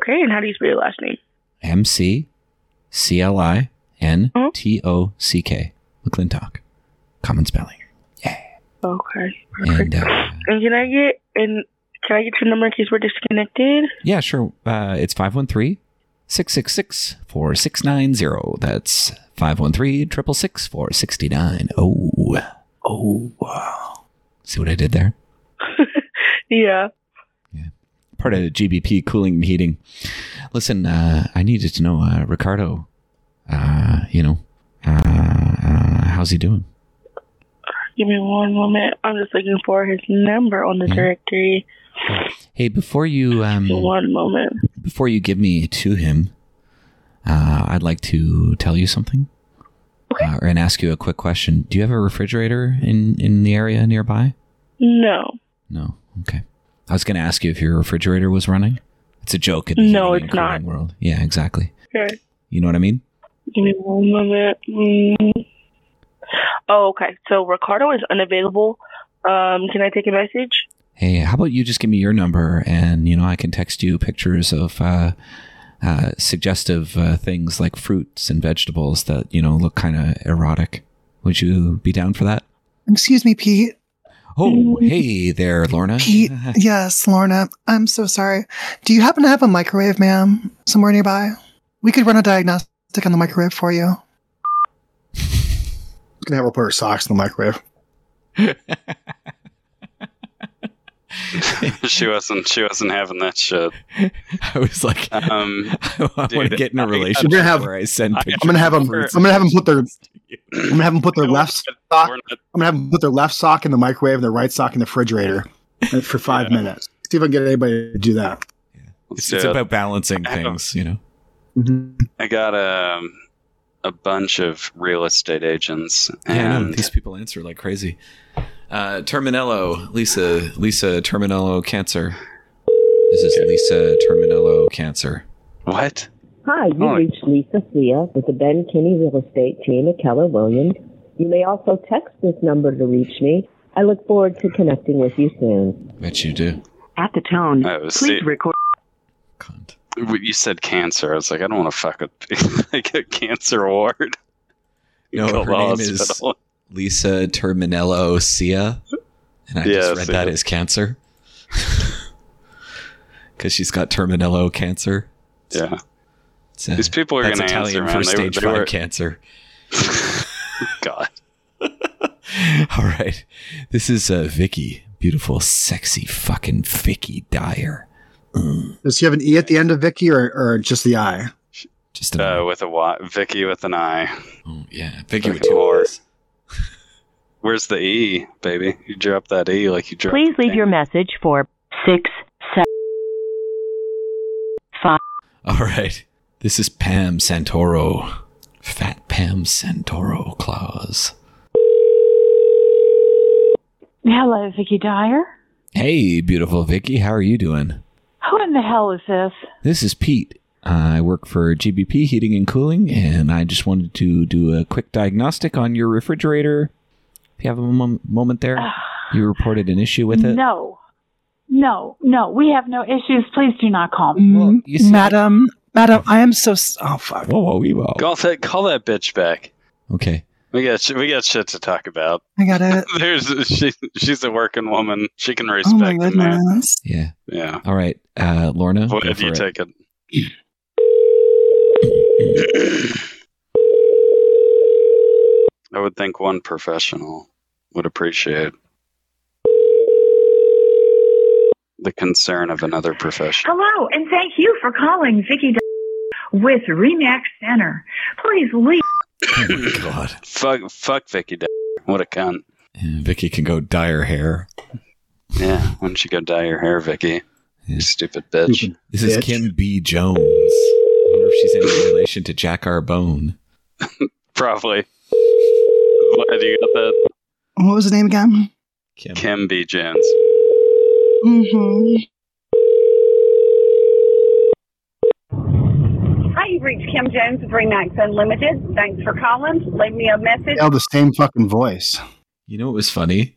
[SPEAKER 2] Okay. And how do you spell your last name?
[SPEAKER 6] M C C L I N T O C K. McClintock. Common spelling.
[SPEAKER 2] Okay.
[SPEAKER 6] And uh,
[SPEAKER 2] And can I get and can I get your number in case we're disconnected?
[SPEAKER 6] yeah, sure. Uh, it's 513 666 4690. That's 513 666 4690. Oh. Oh. wow. See what I did there?
[SPEAKER 2] Yeah.
[SPEAKER 6] part of GBP cooling and heating. Listen, uh, I needed to know, uh, Ricardo. Uh, you know, uh, uh, how's he doing?
[SPEAKER 2] Give me one moment. I'm just looking for his number on
[SPEAKER 6] Hmm?
[SPEAKER 2] the directory.
[SPEAKER 6] Hey, before you um,
[SPEAKER 2] One moment.
[SPEAKER 6] before you give me to him, uh, I'd like to tell you something, uh, and ask you a quick question. Do you have a refrigerator in in the area nearby?
[SPEAKER 2] No.
[SPEAKER 6] No. Okay. I was going to ask you if your refrigerator was running. It's a joke in the
[SPEAKER 2] No,
[SPEAKER 6] heating
[SPEAKER 2] it's
[SPEAKER 6] and cooling
[SPEAKER 2] not.
[SPEAKER 6] world. Yeah, exactly.
[SPEAKER 2] Okay.
[SPEAKER 6] You know what I mean?
[SPEAKER 2] Give me one moment. Mm. Oh, okay. So Ricardo is unavailable. Um, can I take a message?
[SPEAKER 6] hey, how about you just give me your number and, you know, I can text you pictures of uh, uh, suggestive uh, things like fruits and vegetables that, you know, look kind of erotic. Would you be down for that?
[SPEAKER 4] Excuse me, Pete.
[SPEAKER 6] Oh,
[SPEAKER 18] Mm.
[SPEAKER 6] hey there, Lorna.
[SPEAKER 4] Pete, yes, Lorna. I'm so sorry. Do you happen to have a microwave, ma'am, somewhere nearby? We could run a diagnostic on the microwave for you.
[SPEAKER 18] You can have her put her socks in the microwave.
[SPEAKER 7] she wasn't. She wasn't having that shit.
[SPEAKER 6] I was like,
[SPEAKER 7] um,
[SPEAKER 6] I want to get in a
[SPEAKER 18] I'm
[SPEAKER 6] relationship
[SPEAKER 18] gonna have.
[SPEAKER 6] where I send
[SPEAKER 18] I'm
[SPEAKER 6] pictures.
[SPEAKER 18] gonna have
[SPEAKER 6] of
[SPEAKER 18] them. I'm
[SPEAKER 6] fruits.
[SPEAKER 18] gonna have them put their. I'm gonna have them put their left sock. I'm gonna have them put their left sock in the microwave and their right sock in the refrigerator for five minutes. See if I can get anybody to do that.
[SPEAKER 6] It's, it's about balancing things, you know.
[SPEAKER 18] Mm-hmm.
[SPEAKER 7] I got a a bunch of real estate agents,
[SPEAKER 6] Yeah, I know.
[SPEAKER 7] and
[SPEAKER 6] These people answer like crazy. Uh, Terminello, Lisa, Lisa Terminello Cancer. This is Lisa Terminello Cancer.
[SPEAKER 7] What?
[SPEAKER 8] Hi, you
[SPEAKER 6] Hi.
[SPEAKER 8] reached Lisa Thea with the Ben Kinney Real Estate team at Keller Williams. You may also text this number to reach me. I look forward to connecting with you soon.
[SPEAKER 6] Bet you do.
[SPEAKER 8] At the tone,
[SPEAKER 7] Oh, see,
[SPEAKER 8] record.
[SPEAKER 7] you said cancer. I was like, I don't want to fuck with like a cancer ward.
[SPEAKER 6] No,
[SPEAKER 7] Go
[SPEAKER 6] her name is
[SPEAKER 7] hospital.
[SPEAKER 6] Lisa Terminello Sia, and I
[SPEAKER 7] Yeah,
[SPEAKER 6] just read that
[SPEAKER 7] Sia.
[SPEAKER 6] as cancer because she's got Terminello cancer.
[SPEAKER 7] Yeah,
[SPEAKER 6] It's, uh,
[SPEAKER 7] These people are
[SPEAKER 6] that's
[SPEAKER 7] gonna
[SPEAKER 6] Italian
[SPEAKER 7] answer, man.
[SPEAKER 6] for
[SPEAKER 7] They were-
[SPEAKER 6] stage
[SPEAKER 7] they
[SPEAKER 6] five
[SPEAKER 7] were-
[SPEAKER 6] cancer.
[SPEAKER 7] God.
[SPEAKER 6] All right, this is uh, Vicky, beautiful, sexy, fucking Vicky Dyer.
[SPEAKER 18] Does she have an E at the end of Vicky or, or just the I?
[SPEAKER 6] Just Oh,
[SPEAKER 7] uh, with a Y. Vicky with an I.
[SPEAKER 6] yeah, Vicky
[SPEAKER 7] with two R's. Where's the E, baby? You dropped that E like you dropped.
[SPEAKER 10] Please leave your message for six seven five.
[SPEAKER 6] All right. This is Pam Santoro. Fat Pam Santoro Claus.
[SPEAKER 24] Hello, Vicky Dyer.
[SPEAKER 6] Hey, beautiful Vicky. How are you doing?
[SPEAKER 24] Who in the hell is this?
[SPEAKER 6] This is Pete. I work for GBP Heating and Cooling, and I just wanted to do a quick diagnostic on your refrigerator. If you have a mom- moment there. You reported an issue with it?
[SPEAKER 25] No. No, no, we have no issues. Please do not call me.
[SPEAKER 4] Mm, Madam, Madam, I am so. s- Oh, fuck.
[SPEAKER 6] Whoa, whoa, wee, whoa.
[SPEAKER 7] Call that, call that bitch back.
[SPEAKER 6] Okay.
[SPEAKER 7] We got sh- we got shit to talk about.
[SPEAKER 4] I got it.
[SPEAKER 7] There's she she's a working woman. She can
[SPEAKER 4] Oh, my
[SPEAKER 7] respect a man.
[SPEAKER 4] goodness.
[SPEAKER 6] Yeah.
[SPEAKER 7] Yeah.
[SPEAKER 6] All right, uh, Lorna.
[SPEAKER 7] What
[SPEAKER 6] go
[SPEAKER 7] if
[SPEAKER 6] for
[SPEAKER 7] you
[SPEAKER 6] it.
[SPEAKER 7] take it? I would think one professional would appreciate the concern of another professional.
[SPEAKER 8] Hello, and thank you for calling Vicky Di- with Remax Center. Please leave.
[SPEAKER 6] Oh God.
[SPEAKER 7] Fuck fuck Vicky D- What a cunt.
[SPEAKER 6] Vicky can go dye her hair.
[SPEAKER 7] Yeah, why don't you go dye your hair, Vicky? You stupid bitch.
[SPEAKER 6] This is Kim B. Jones. I wonder if she's in any relation to Jack Arbone.
[SPEAKER 7] Probably. Glad you got that.
[SPEAKER 4] What was the name again?
[SPEAKER 7] Kim, B. Jones.
[SPEAKER 4] Mm-hmm.
[SPEAKER 9] Hi, you've reached Kim Jones of Ring Nights Unlimited. Thanks for calling. Leave me a message.
[SPEAKER 18] All the same fucking voice.
[SPEAKER 6] You know what was funny?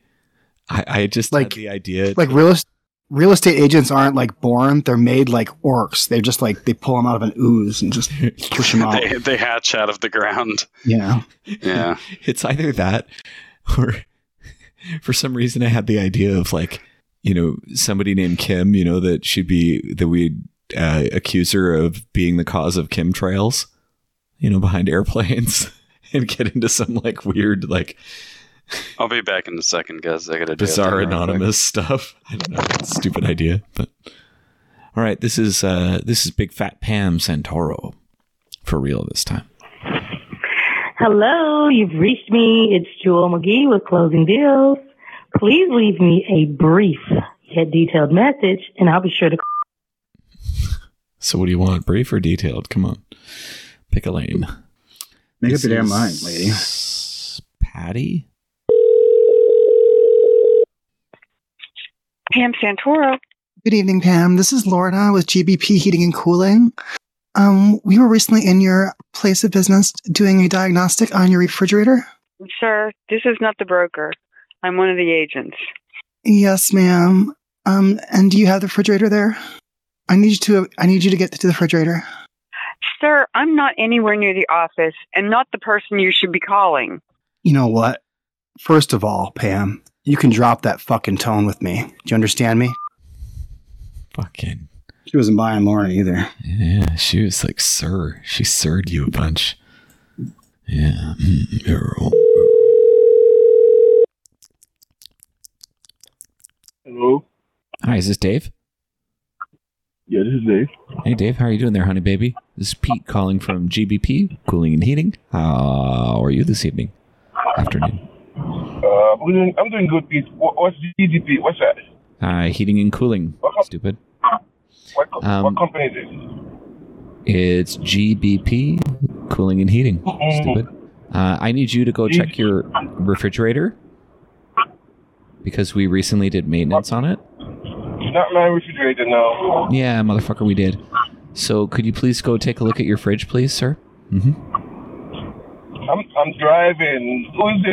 [SPEAKER 6] I, I just had the idea.
[SPEAKER 18] Like real est- real estate agents aren't like born; they're made like orcs. They're just like they pull them out of an ooze and just push them out.
[SPEAKER 7] They, they hatch out of the ground.
[SPEAKER 18] Yeah.
[SPEAKER 7] Yeah.
[SPEAKER 6] it's either that or for some reason I had the idea of like, you know, somebody named Kim, you know, that she'd be, that we'd uh, accuse her of being the cause of chemtrails, you know, behind airplanes and get into some like weird, like
[SPEAKER 7] I'll be back in a second, guys. I gotta do
[SPEAKER 6] bizarre
[SPEAKER 7] that real quick.
[SPEAKER 6] anonymous stuff. I don't know. It's a stupid idea, but all right. This is uh this is big fat Pam Santoro for real this time.
[SPEAKER 11] Hello, you've reached me. It's Jewel McGee with Closing Deals. Please leave me a brief yet detailed message, and I'll be sure to.
[SPEAKER 6] So what do you want, brief or detailed? Come on, pick a lane.
[SPEAKER 18] Make
[SPEAKER 6] This
[SPEAKER 18] up your damn
[SPEAKER 6] is
[SPEAKER 18] mind, lady.
[SPEAKER 6] Patty.
[SPEAKER 4] Pam Santoro. Good evening, Pam. This is Lorna with GBP Heating and Cooling. Um, we were recently in your place of business doing a diagnostic on your refrigerator.
[SPEAKER 26] Sir, this is not the broker. I'm one of the agents.
[SPEAKER 4] Yes, ma'am. Um, and do you have the refrigerator there? I need you to. I need you to get to the refrigerator.
[SPEAKER 26] Sir, I'm not anywhere near the office and not the person you should be calling.
[SPEAKER 18] You know what? First of all, Pam, you can drop that fucking tone with me. Do you understand me?
[SPEAKER 6] Fucking.
[SPEAKER 18] She wasn't buying Lauren either.
[SPEAKER 6] Yeah, she was like, sir. She sirred you a bunch. Yeah. Mm, Errol.
[SPEAKER 20] Hello.
[SPEAKER 6] Hi, is this Dave?
[SPEAKER 20] Yeah, this is Dave.
[SPEAKER 6] Hey, Dave, how are you doing there, honey baby? This is Pete calling from GBP Cooling and Heating. How are you this evening? Afternoon.
[SPEAKER 20] Uh, I'm doing, I'm doing good, Pete. What, what's GDP? What's that?
[SPEAKER 6] Uh, heating and cooling. Stupid.
[SPEAKER 20] What, co-
[SPEAKER 6] Um,
[SPEAKER 20] what company is this?
[SPEAKER 6] It's GBP Cooling and Heating. Stupid. Uh, I need you to go check your refrigerator because we recently did maintenance on it.
[SPEAKER 20] Not my refrigerator now.
[SPEAKER 6] Yeah, motherfucker, we did. So could you please go take a look at your fridge, please, sir? Mm-hmm.
[SPEAKER 20] I'm, I'm driving. Who is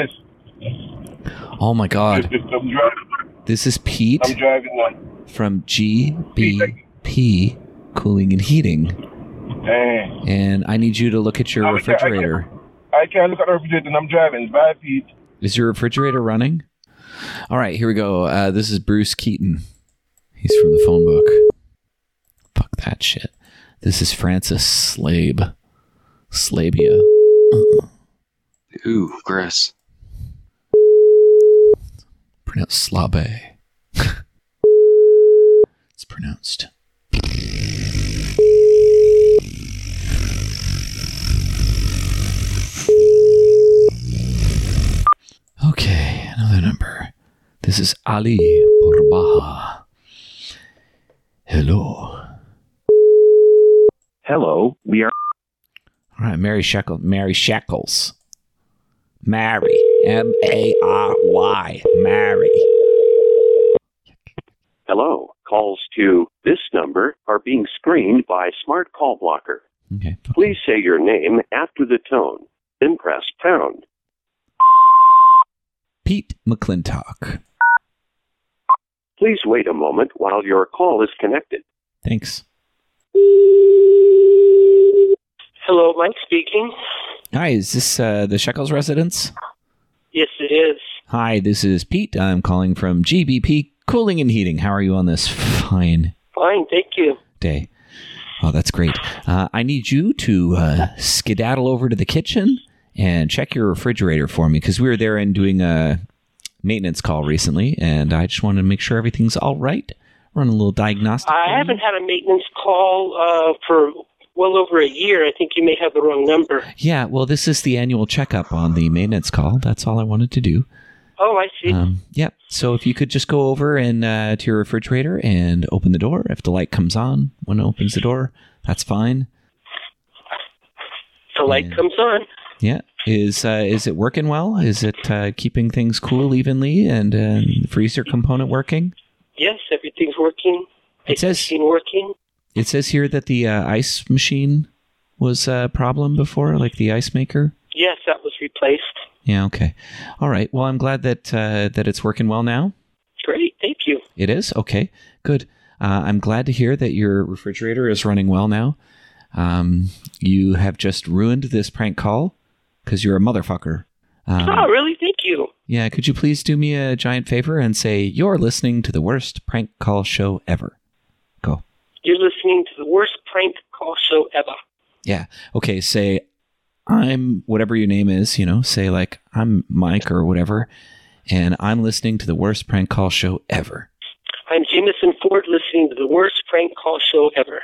[SPEAKER 20] this?
[SPEAKER 6] Oh my God,
[SPEAKER 20] I'm driving.
[SPEAKER 6] this is Pete.
[SPEAKER 20] I'm driving now.
[SPEAKER 6] from GBP Cooling and Heating,
[SPEAKER 20] Dang.
[SPEAKER 6] and I need you to look at your
[SPEAKER 20] can't- I can't-
[SPEAKER 6] refrigerator.
[SPEAKER 20] I can't look at the refrigerator and I'm driving. Bye, Pete.
[SPEAKER 6] Is your refrigerator running? All right, here we go. Uh, this is Bruce Keaton. He's from the phone book. Fuck that shit. This is Francis Slabe. Slabia.
[SPEAKER 7] Ooh, gross.
[SPEAKER 6] Pronounced Slabe. it's pronounced. Okay, another number. This is Ali Borbaha. Hello.
[SPEAKER 14] Hello, we are.
[SPEAKER 6] All right, Mary Shackles. Mary Shackles. Mary. M A R Y. Mary.
[SPEAKER 27] Hello, calls to this number are being screened by Smart Call Blocker.
[SPEAKER 6] Okay.
[SPEAKER 27] Please say your name after the tone, then press pound.
[SPEAKER 6] Pete McClintock.
[SPEAKER 27] Please wait a moment while your call is connected.
[SPEAKER 6] Thanks.
[SPEAKER 3] Hello, Mike speaking.
[SPEAKER 6] Hi, is this uh, the Shekels residence?
[SPEAKER 3] Yes, it is.
[SPEAKER 6] Hi, this is Pete. I'm calling from GBP Cooling and Heating. How are you on this fine
[SPEAKER 3] Fine, thank you.
[SPEAKER 6] day? Oh, that's great. Uh, I need you to uh, skedaddle over to the kitchen and check your refrigerator for me because we were there and doing a maintenance call recently, and I just wanted to make sure everything's all right. Run a little diagnostic.
[SPEAKER 3] I haven't had a maintenance call uh, for well over a year. I think you may have the wrong number.
[SPEAKER 6] Yeah, well, this is the annual checkup on the maintenance call. That's all I wanted to do.
[SPEAKER 3] Oh, I see.
[SPEAKER 6] Um, yeah. So if you could just go over and uh, to your refrigerator and open the door. If the light comes on when it opens the door, that's fine.
[SPEAKER 3] the light comes on.
[SPEAKER 6] Yeah. Is uh, is it working well? Is it uh, keeping things cool evenly and uh, freezer component working?
[SPEAKER 3] Yes, everything's working.
[SPEAKER 6] It says-
[SPEAKER 3] machine working.
[SPEAKER 6] It says here that the uh, ice machine was uh, a problem before, like the ice maker.
[SPEAKER 3] Yes, that was replaced.
[SPEAKER 6] Yeah. Okay. All right. Well, I'm glad that uh, that it's working well now.
[SPEAKER 3] Great, thank you.
[SPEAKER 6] It is? Okay, good. Uh, I'm glad to hear that your refrigerator is running well now. Um, you have just ruined this prank call because you're a motherfucker. Um,
[SPEAKER 3] oh, really? Thank you.
[SPEAKER 6] Yeah, could you please do me a giant favor and say you're listening to the worst prank call show ever?
[SPEAKER 3] You're listening to the worst prank call show ever.
[SPEAKER 6] Yeah. Okay, say I'm whatever your name is, you know, say like I'm Mike or whatever, and I'm listening to the worst prank call show ever.
[SPEAKER 3] I'm Jameson Ford listening to the worst prank call show ever.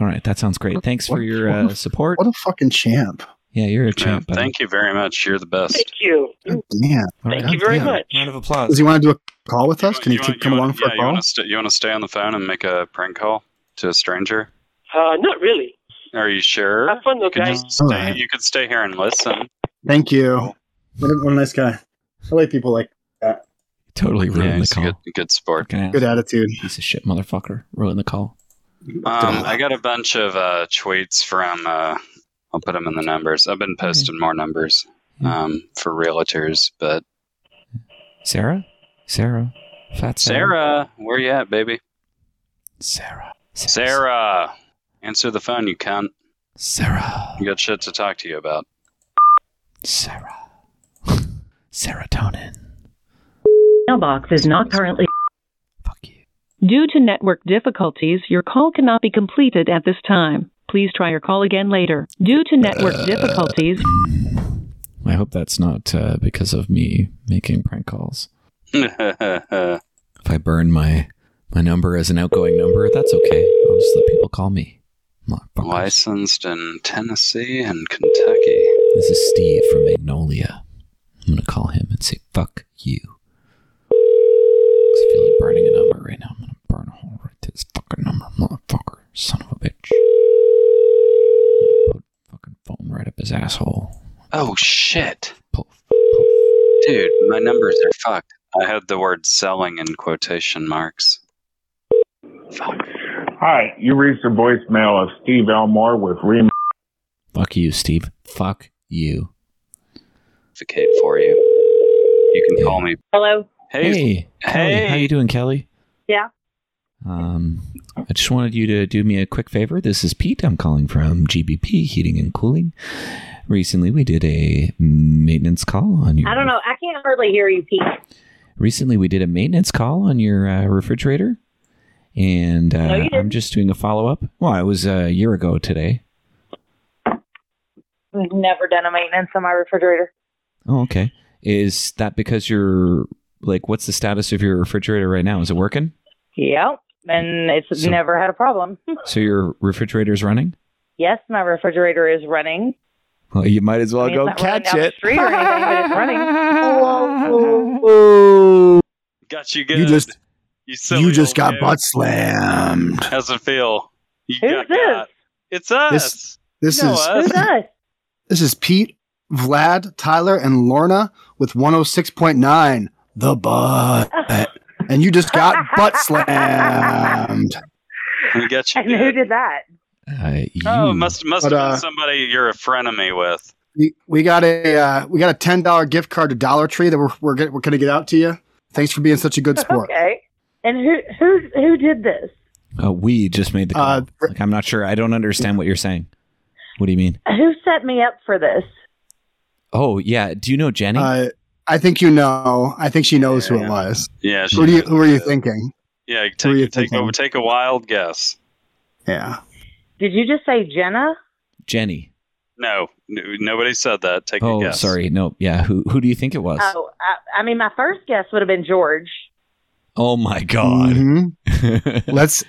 [SPEAKER 6] All right, that sounds great. Thanks for your uh, support.
[SPEAKER 4] What a fucking champ.
[SPEAKER 6] Yeah, you're a champ. buddy.
[SPEAKER 7] Thank you very much. You're the best.
[SPEAKER 3] Thank you.
[SPEAKER 4] Yeah.
[SPEAKER 3] Thank you very much.
[SPEAKER 6] Round of applause.
[SPEAKER 4] Does he want to do a call with us? Can he
[SPEAKER 7] You
[SPEAKER 4] c-
[SPEAKER 7] wanna-
[SPEAKER 4] come
[SPEAKER 7] you
[SPEAKER 4] along
[SPEAKER 7] wanna-
[SPEAKER 4] for
[SPEAKER 7] yeah,
[SPEAKER 4] a
[SPEAKER 7] You
[SPEAKER 4] call?
[SPEAKER 7] want st- to stay on the phone and make a prank call to a stranger?
[SPEAKER 3] Uh, not really.
[SPEAKER 7] Are you sure?
[SPEAKER 3] Have fun, though,
[SPEAKER 7] you could
[SPEAKER 3] guys.
[SPEAKER 7] just stay-
[SPEAKER 4] All right.
[SPEAKER 7] You could stay here and listen.
[SPEAKER 4] Thank you. What a, what a nice guy. I like people like that.
[SPEAKER 6] Totally ruined the call.
[SPEAKER 7] Good, good sport.
[SPEAKER 4] Good attitude.
[SPEAKER 6] Piece of shit, motherfucker. Ruined the call.
[SPEAKER 7] Um, I got a bunch of uh, tweets from. Uh, I'll put them in the numbers. I've been posting more numbers
[SPEAKER 6] Hmm.
[SPEAKER 7] um, for realtors, but
[SPEAKER 6] Sarah? Sarah? Fat Sarah?
[SPEAKER 7] Sarah, where you at, baby?
[SPEAKER 6] Sarah. Sarah.
[SPEAKER 7] Answer the phone, you cunt.
[SPEAKER 6] Sarah.
[SPEAKER 7] You got shit to talk to you about.
[SPEAKER 6] Sarah. Serotonin.
[SPEAKER 12] Mailbox is not currently. Due to network difficulties, your call cannot be completed at this time. Please try your call again later. Due to network difficulties.
[SPEAKER 6] I hope that's not uh, because of me making prank calls.
[SPEAKER 7] That's
[SPEAKER 6] If I burn my my number as an outgoing number, that's okay. I'll just let people call me.
[SPEAKER 7] Licensed in Tennessee and Kentucky.
[SPEAKER 6] This is Steve from Magnolia. I'm gonna call him and say "fuck you." 'Cause I feel like burning a number right now. I'm gonna burn a hole right to this fucking number, motherfucker, son of a bitch. Put fucking phone right up his asshole.
[SPEAKER 7] Oh shit. Dude, my numbers are fucked. I had the word selling in quotation marks.
[SPEAKER 20] Hi, you reached the voicemail of Steve Elmore with Rem.
[SPEAKER 6] Fuck you, Steve. Fuck you.
[SPEAKER 7] Advocate for you. You can call me.
[SPEAKER 13] Hello.
[SPEAKER 6] Hey, Kelly, how you doing, Kelly?
[SPEAKER 13] Yeah.
[SPEAKER 6] Um, I just wanted you to do me a quick favor. This is Pete. I'm calling from GBP Heating and Cooling. Recently, we did a maintenance call on your.
[SPEAKER 13] I don't know. I can't hardly hear you, Pete.
[SPEAKER 6] Recently, we did a maintenance call on your uh, refrigerator, and uh,
[SPEAKER 13] No, you
[SPEAKER 6] I'm just doing a follow up. Well, it was a year ago today.
[SPEAKER 13] We've never done a maintenance on my refrigerator.
[SPEAKER 6] Oh, okay. Is that because you're like, what's the status of your refrigerator right now? Is it working?
[SPEAKER 13] Yep. And it's
[SPEAKER 6] So-
[SPEAKER 13] never had a problem.
[SPEAKER 6] So your refrigerator's running.
[SPEAKER 13] yes, my refrigerator is running.
[SPEAKER 6] Well, you might as well
[SPEAKER 13] I mean,
[SPEAKER 6] go
[SPEAKER 13] it's not running
[SPEAKER 6] catch
[SPEAKER 13] down
[SPEAKER 6] it.
[SPEAKER 13] The street or anything, but it's running.
[SPEAKER 5] Oh,
[SPEAKER 7] Got you good.
[SPEAKER 18] Oh. You just
[SPEAKER 7] you,
[SPEAKER 18] you just got butt slammed.
[SPEAKER 7] How's it feel? You got
[SPEAKER 13] this?
[SPEAKER 7] got. It's us.
[SPEAKER 18] This this
[SPEAKER 7] You know
[SPEAKER 18] is
[SPEAKER 7] us.
[SPEAKER 18] this is Pete, Vlad, Tyler, and Lorna with 106.9 the butt. and you just got butt slammed.
[SPEAKER 7] We got you.
[SPEAKER 13] And who did that?
[SPEAKER 7] Oh, must must
[SPEAKER 18] But,
[SPEAKER 7] have
[SPEAKER 18] uh,
[SPEAKER 7] been somebody you're a frenemy with.
[SPEAKER 18] We, we got a uh, we got a ten dollar gift card to Dollar Tree that we're we're, get, we're gonna get out to you. Thanks for being such a good sport.
[SPEAKER 13] Okay.
[SPEAKER 15] And who who who did this?
[SPEAKER 6] Uh, we just made the call. like, I'm not sure. I don't understand what you're saying. What do you mean?
[SPEAKER 15] Who set me up for this?
[SPEAKER 6] Oh yeah. Do you know Jenny?
[SPEAKER 4] Uh, I think you know. I think she knows who it was.
[SPEAKER 7] Yeah, she
[SPEAKER 4] Who, do you, who are you thinking?
[SPEAKER 7] Yeah, take take over. Take a wild guess.
[SPEAKER 4] Yeah.
[SPEAKER 15] Did you just say Jenna?
[SPEAKER 6] Jenny.
[SPEAKER 7] No, n- nobody said that. Take
[SPEAKER 6] Oh,
[SPEAKER 7] a guess.
[SPEAKER 6] sorry. No. Yeah. Who Who do you think it was?
[SPEAKER 15] Oh, I, I mean, my first guess would have been George.
[SPEAKER 6] Oh my God. Mm-hmm.
[SPEAKER 4] let's.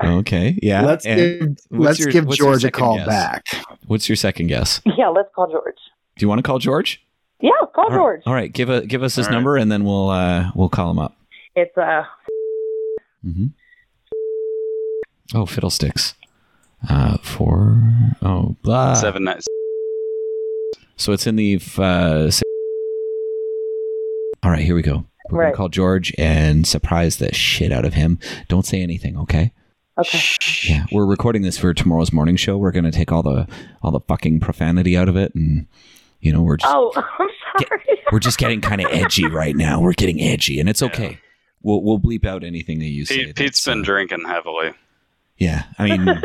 [SPEAKER 6] Okay. Yeah.
[SPEAKER 4] Let's
[SPEAKER 6] and
[SPEAKER 4] give,
[SPEAKER 6] what's
[SPEAKER 4] let's
[SPEAKER 6] your-
[SPEAKER 4] give
[SPEAKER 6] what's your
[SPEAKER 4] George a
[SPEAKER 6] second
[SPEAKER 4] call
[SPEAKER 6] guess?
[SPEAKER 4] back.
[SPEAKER 6] What's your second guess?
[SPEAKER 15] Yeah, let's call George.
[SPEAKER 6] Do you want to call George?
[SPEAKER 15] Yeah, call
[SPEAKER 6] All right.
[SPEAKER 15] George.
[SPEAKER 6] All right. Give a give us his number and then we'll uh we'll call him up.
[SPEAKER 15] It's uh
[SPEAKER 6] Mm-hmm. Oh, fiddlesticks. Uh, four. Oh, blah.
[SPEAKER 7] Seven nine.
[SPEAKER 6] So it's in the. Uh, si- All right, here we go. We're
[SPEAKER 15] Right.
[SPEAKER 6] gonna call George and surprise the shit out of him. Don't say anything, okay?
[SPEAKER 15] okay.
[SPEAKER 6] Yeah, we're recording this for tomorrow's morning show. We're gonna take all the all the fucking profanity out of it, and you know we're just
[SPEAKER 15] Oh, I'm sorry.
[SPEAKER 6] we're just getting kind of edgy right now. We're getting edgy, and it's okay. We'll we'll bleep out anything that you say.
[SPEAKER 7] Pete, Pete's been drinking heavily.
[SPEAKER 6] Yeah, I mean,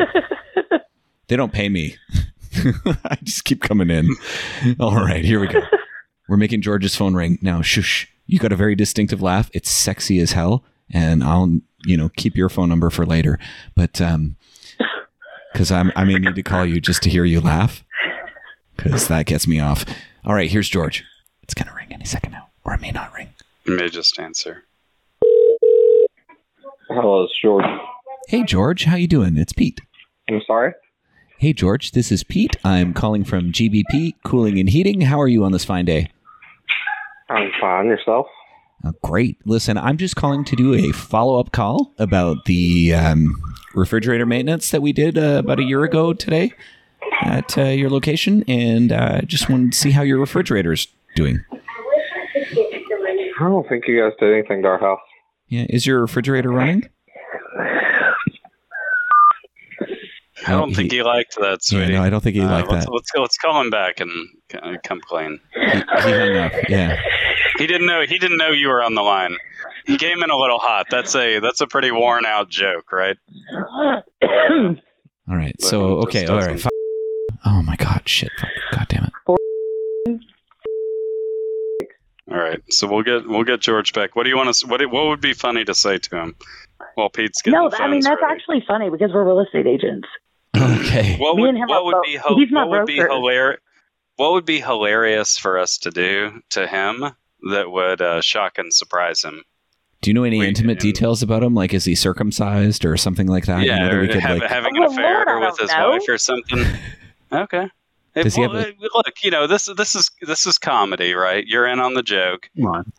[SPEAKER 6] they don't pay me. I just keep coming in. All right, here we go. We're making George's phone ring now. Shush! You got a very distinctive laugh. It's sexy as hell, and I'll you know keep your phone number for later. But um, because I'm I may need to call you just to hear you laugh, because that gets me off. All right, here's George. It's gonna ring any second now, or it may not ring.
[SPEAKER 7] You may just answer.
[SPEAKER 16] Hello, it's George.
[SPEAKER 6] Hey George, how you doing? It's Pete.
[SPEAKER 16] I'm sorry.
[SPEAKER 6] Hey George, this is Pete. I'm calling from GBP Cooling and Heating. How are you on this fine day?
[SPEAKER 16] I'm fine. Yourself?
[SPEAKER 6] Uh, great. Listen, I'm just calling to do a follow up call about the um, refrigerator maintenance that we did uh, about a year ago today at uh, your location, and uh, just wanted to see how your refrigerator's doing.
[SPEAKER 16] I don't think you guys did anything to our house.
[SPEAKER 6] Yeah, is your refrigerator running?
[SPEAKER 7] I don't think he liked that, sweetie.
[SPEAKER 6] no, I don't think
[SPEAKER 16] Uh,
[SPEAKER 6] he liked
[SPEAKER 7] let's,
[SPEAKER 6] that.
[SPEAKER 7] Let's, let's call him back and uh, complain.
[SPEAKER 6] Yeah.
[SPEAKER 7] He didn't know. He didn't know you were on the line. He came in a little hot. That's a that's a pretty worn out joke, right?
[SPEAKER 6] All right. So okay. All right. fi- Oh my God! Shit! Fuck, God damn it!
[SPEAKER 7] All right. So we'll get we'll get George back. What do you want to? What do- what would be funny to say to him? Well, Pete's getting
[SPEAKER 15] no,
[SPEAKER 7] the
[SPEAKER 15] I mean
[SPEAKER 7] phones
[SPEAKER 15] that's
[SPEAKER 7] ready.
[SPEAKER 15] actually funny because we're real estate agents.
[SPEAKER 6] Okay.
[SPEAKER 7] What
[SPEAKER 15] Me
[SPEAKER 7] would,
[SPEAKER 15] and him
[SPEAKER 7] what
[SPEAKER 15] are
[SPEAKER 7] would
[SPEAKER 15] both-
[SPEAKER 7] be hel-
[SPEAKER 15] he's my
[SPEAKER 7] what would be
[SPEAKER 15] broker.
[SPEAKER 7] hilarious? What would be hilarious for us to do to him that would uh, shock and surprise him?
[SPEAKER 6] Do you know any
[SPEAKER 7] uh,
[SPEAKER 6] intimate details about him? Like, is he circumcised or something like that? You
[SPEAKER 7] yeah,
[SPEAKER 6] know, that
[SPEAKER 7] or
[SPEAKER 6] we could,
[SPEAKER 7] have,
[SPEAKER 6] like-
[SPEAKER 7] having
[SPEAKER 15] Oh,
[SPEAKER 7] an affair with his
[SPEAKER 6] know.
[SPEAKER 7] wife or something. Okay.
[SPEAKER 6] Does he
[SPEAKER 7] well,
[SPEAKER 6] have a-
[SPEAKER 7] uh, look, you know this this is this is comedy, right? You're in on the joke.
[SPEAKER 4] Come on.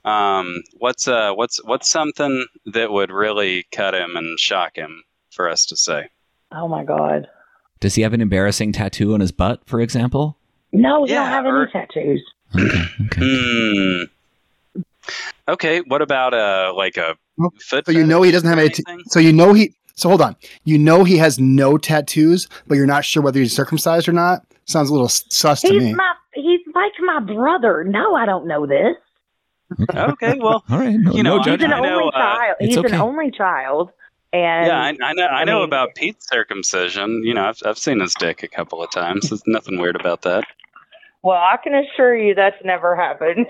[SPEAKER 7] Um, what's uh, what's what's something that would really cut him and shock him for us to say?
[SPEAKER 15] Oh my god.
[SPEAKER 6] Does he have an embarrassing tattoo on his butt, for example?
[SPEAKER 15] No, he don't have any tattoos.
[SPEAKER 7] Hmm. Okay. What about uh, like a foot?
[SPEAKER 4] So you know he doesn't have any. T- so you know he. So hold on. You know he has no tattoos, but you're not sure whether he's circumcised or not. Sounds a little s- sus to
[SPEAKER 15] He's
[SPEAKER 4] me.
[SPEAKER 15] my he's like my brother. No, I don't know this.
[SPEAKER 7] Okay, well,
[SPEAKER 6] all right.
[SPEAKER 7] no- You know, no I-
[SPEAKER 15] he's an
[SPEAKER 7] judgment. I know,
[SPEAKER 15] only
[SPEAKER 7] uh,
[SPEAKER 15] child.
[SPEAKER 7] it's
[SPEAKER 15] He's an
[SPEAKER 7] okay.
[SPEAKER 15] only child, and
[SPEAKER 7] yeah, I, I know. I,
[SPEAKER 15] I
[SPEAKER 7] know
[SPEAKER 15] mean-
[SPEAKER 7] about Pete's circumcision. You know, I've I've seen his dick a couple of times. There's nothing weird about that.
[SPEAKER 15] well, I can assure you that's never happened.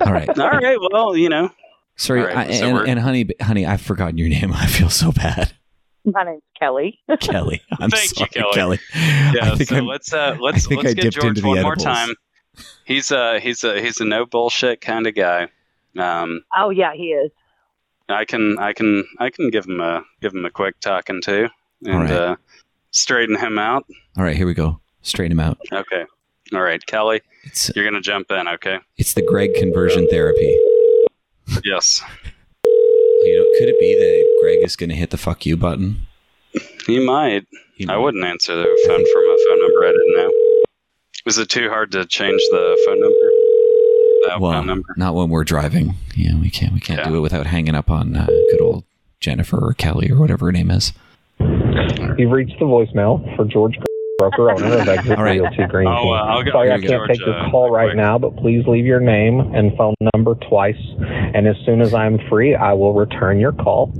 [SPEAKER 6] All right.
[SPEAKER 7] All right. Well, you know.
[SPEAKER 6] Sorry,
[SPEAKER 7] All right,
[SPEAKER 6] I,
[SPEAKER 7] so
[SPEAKER 6] and,
[SPEAKER 7] we're-
[SPEAKER 6] and honey, honey, I've forgotten your name. I feel so bad,
[SPEAKER 15] My name's Kelly.
[SPEAKER 6] Kelly. I'm
[SPEAKER 7] Thank you,
[SPEAKER 6] sorry, Kelly.
[SPEAKER 7] Kelly. Yeah.
[SPEAKER 6] I think
[SPEAKER 7] so
[SPEAKER 6] I'm-
[SPEAKER 7] let's uh, let's
[SPEAKER 6] think I
[SPEAKER 7] let's get
[SPEAKER 6] dipped
[SPEAKER 7] George
[SPEAKER 6] into the
[SPEAKER 7] one more
[SPEAKER 6] edibles.
[SPEAKER 7] time. He's uh he's a he's a no bullshit kind of guy. Um,
[SPEAKER 15] Oh yeah, he is.
[SPEAKER 7] I can I can I can give him a give him a quick talking to and
[SPEAKER 6] All right.
[SPEAKER 7] uh, straighten him out.
[SPEAKER 6] All right, here we go. Straighten him out.
[SPEAKER 7] Okay. All right, Kelly, you're gonna jump in, okay?
[SPEAKER 6] It's the Greg conversion therapy.
[SPEAKER 7] Yes,
[SPEAKER 6] You know, could it be that Greg is going to hit the fuck you button?
[SPEAKER 7] he might. I wouldn't answer the phone from a phone number I didn't know. Was it too hard to change the phone number? That
[SPEAKER 6] well,
[SPEAKER 7] phone number.
[SPEAKER 6] not when we're driving. Yeah, we can't. We can't do it without hanging up on uh, good old Jennifer or Kelly or whatever her name is.
[SPEAKER 16] You've reached the voicemail for George. Gr-
[SPEAKER 1] broker owner of Exit
[SPEAKER 6] All right.
[SPEAKER 1] Realty Green.
[SPEAKER 6] I'll, uh, I'll
[SPEAKER 1] Sorry,
[SPEAKER 6] go- here
[SPEAKER 1] I
[SPEAKER 6] we
[SPEAKER 1] can't
[SPEAKER 6] go. uh,
[SPEAKER 1] take your call right now, but please leave your name and phone number twice. And as soon as I'm free, I will return your call.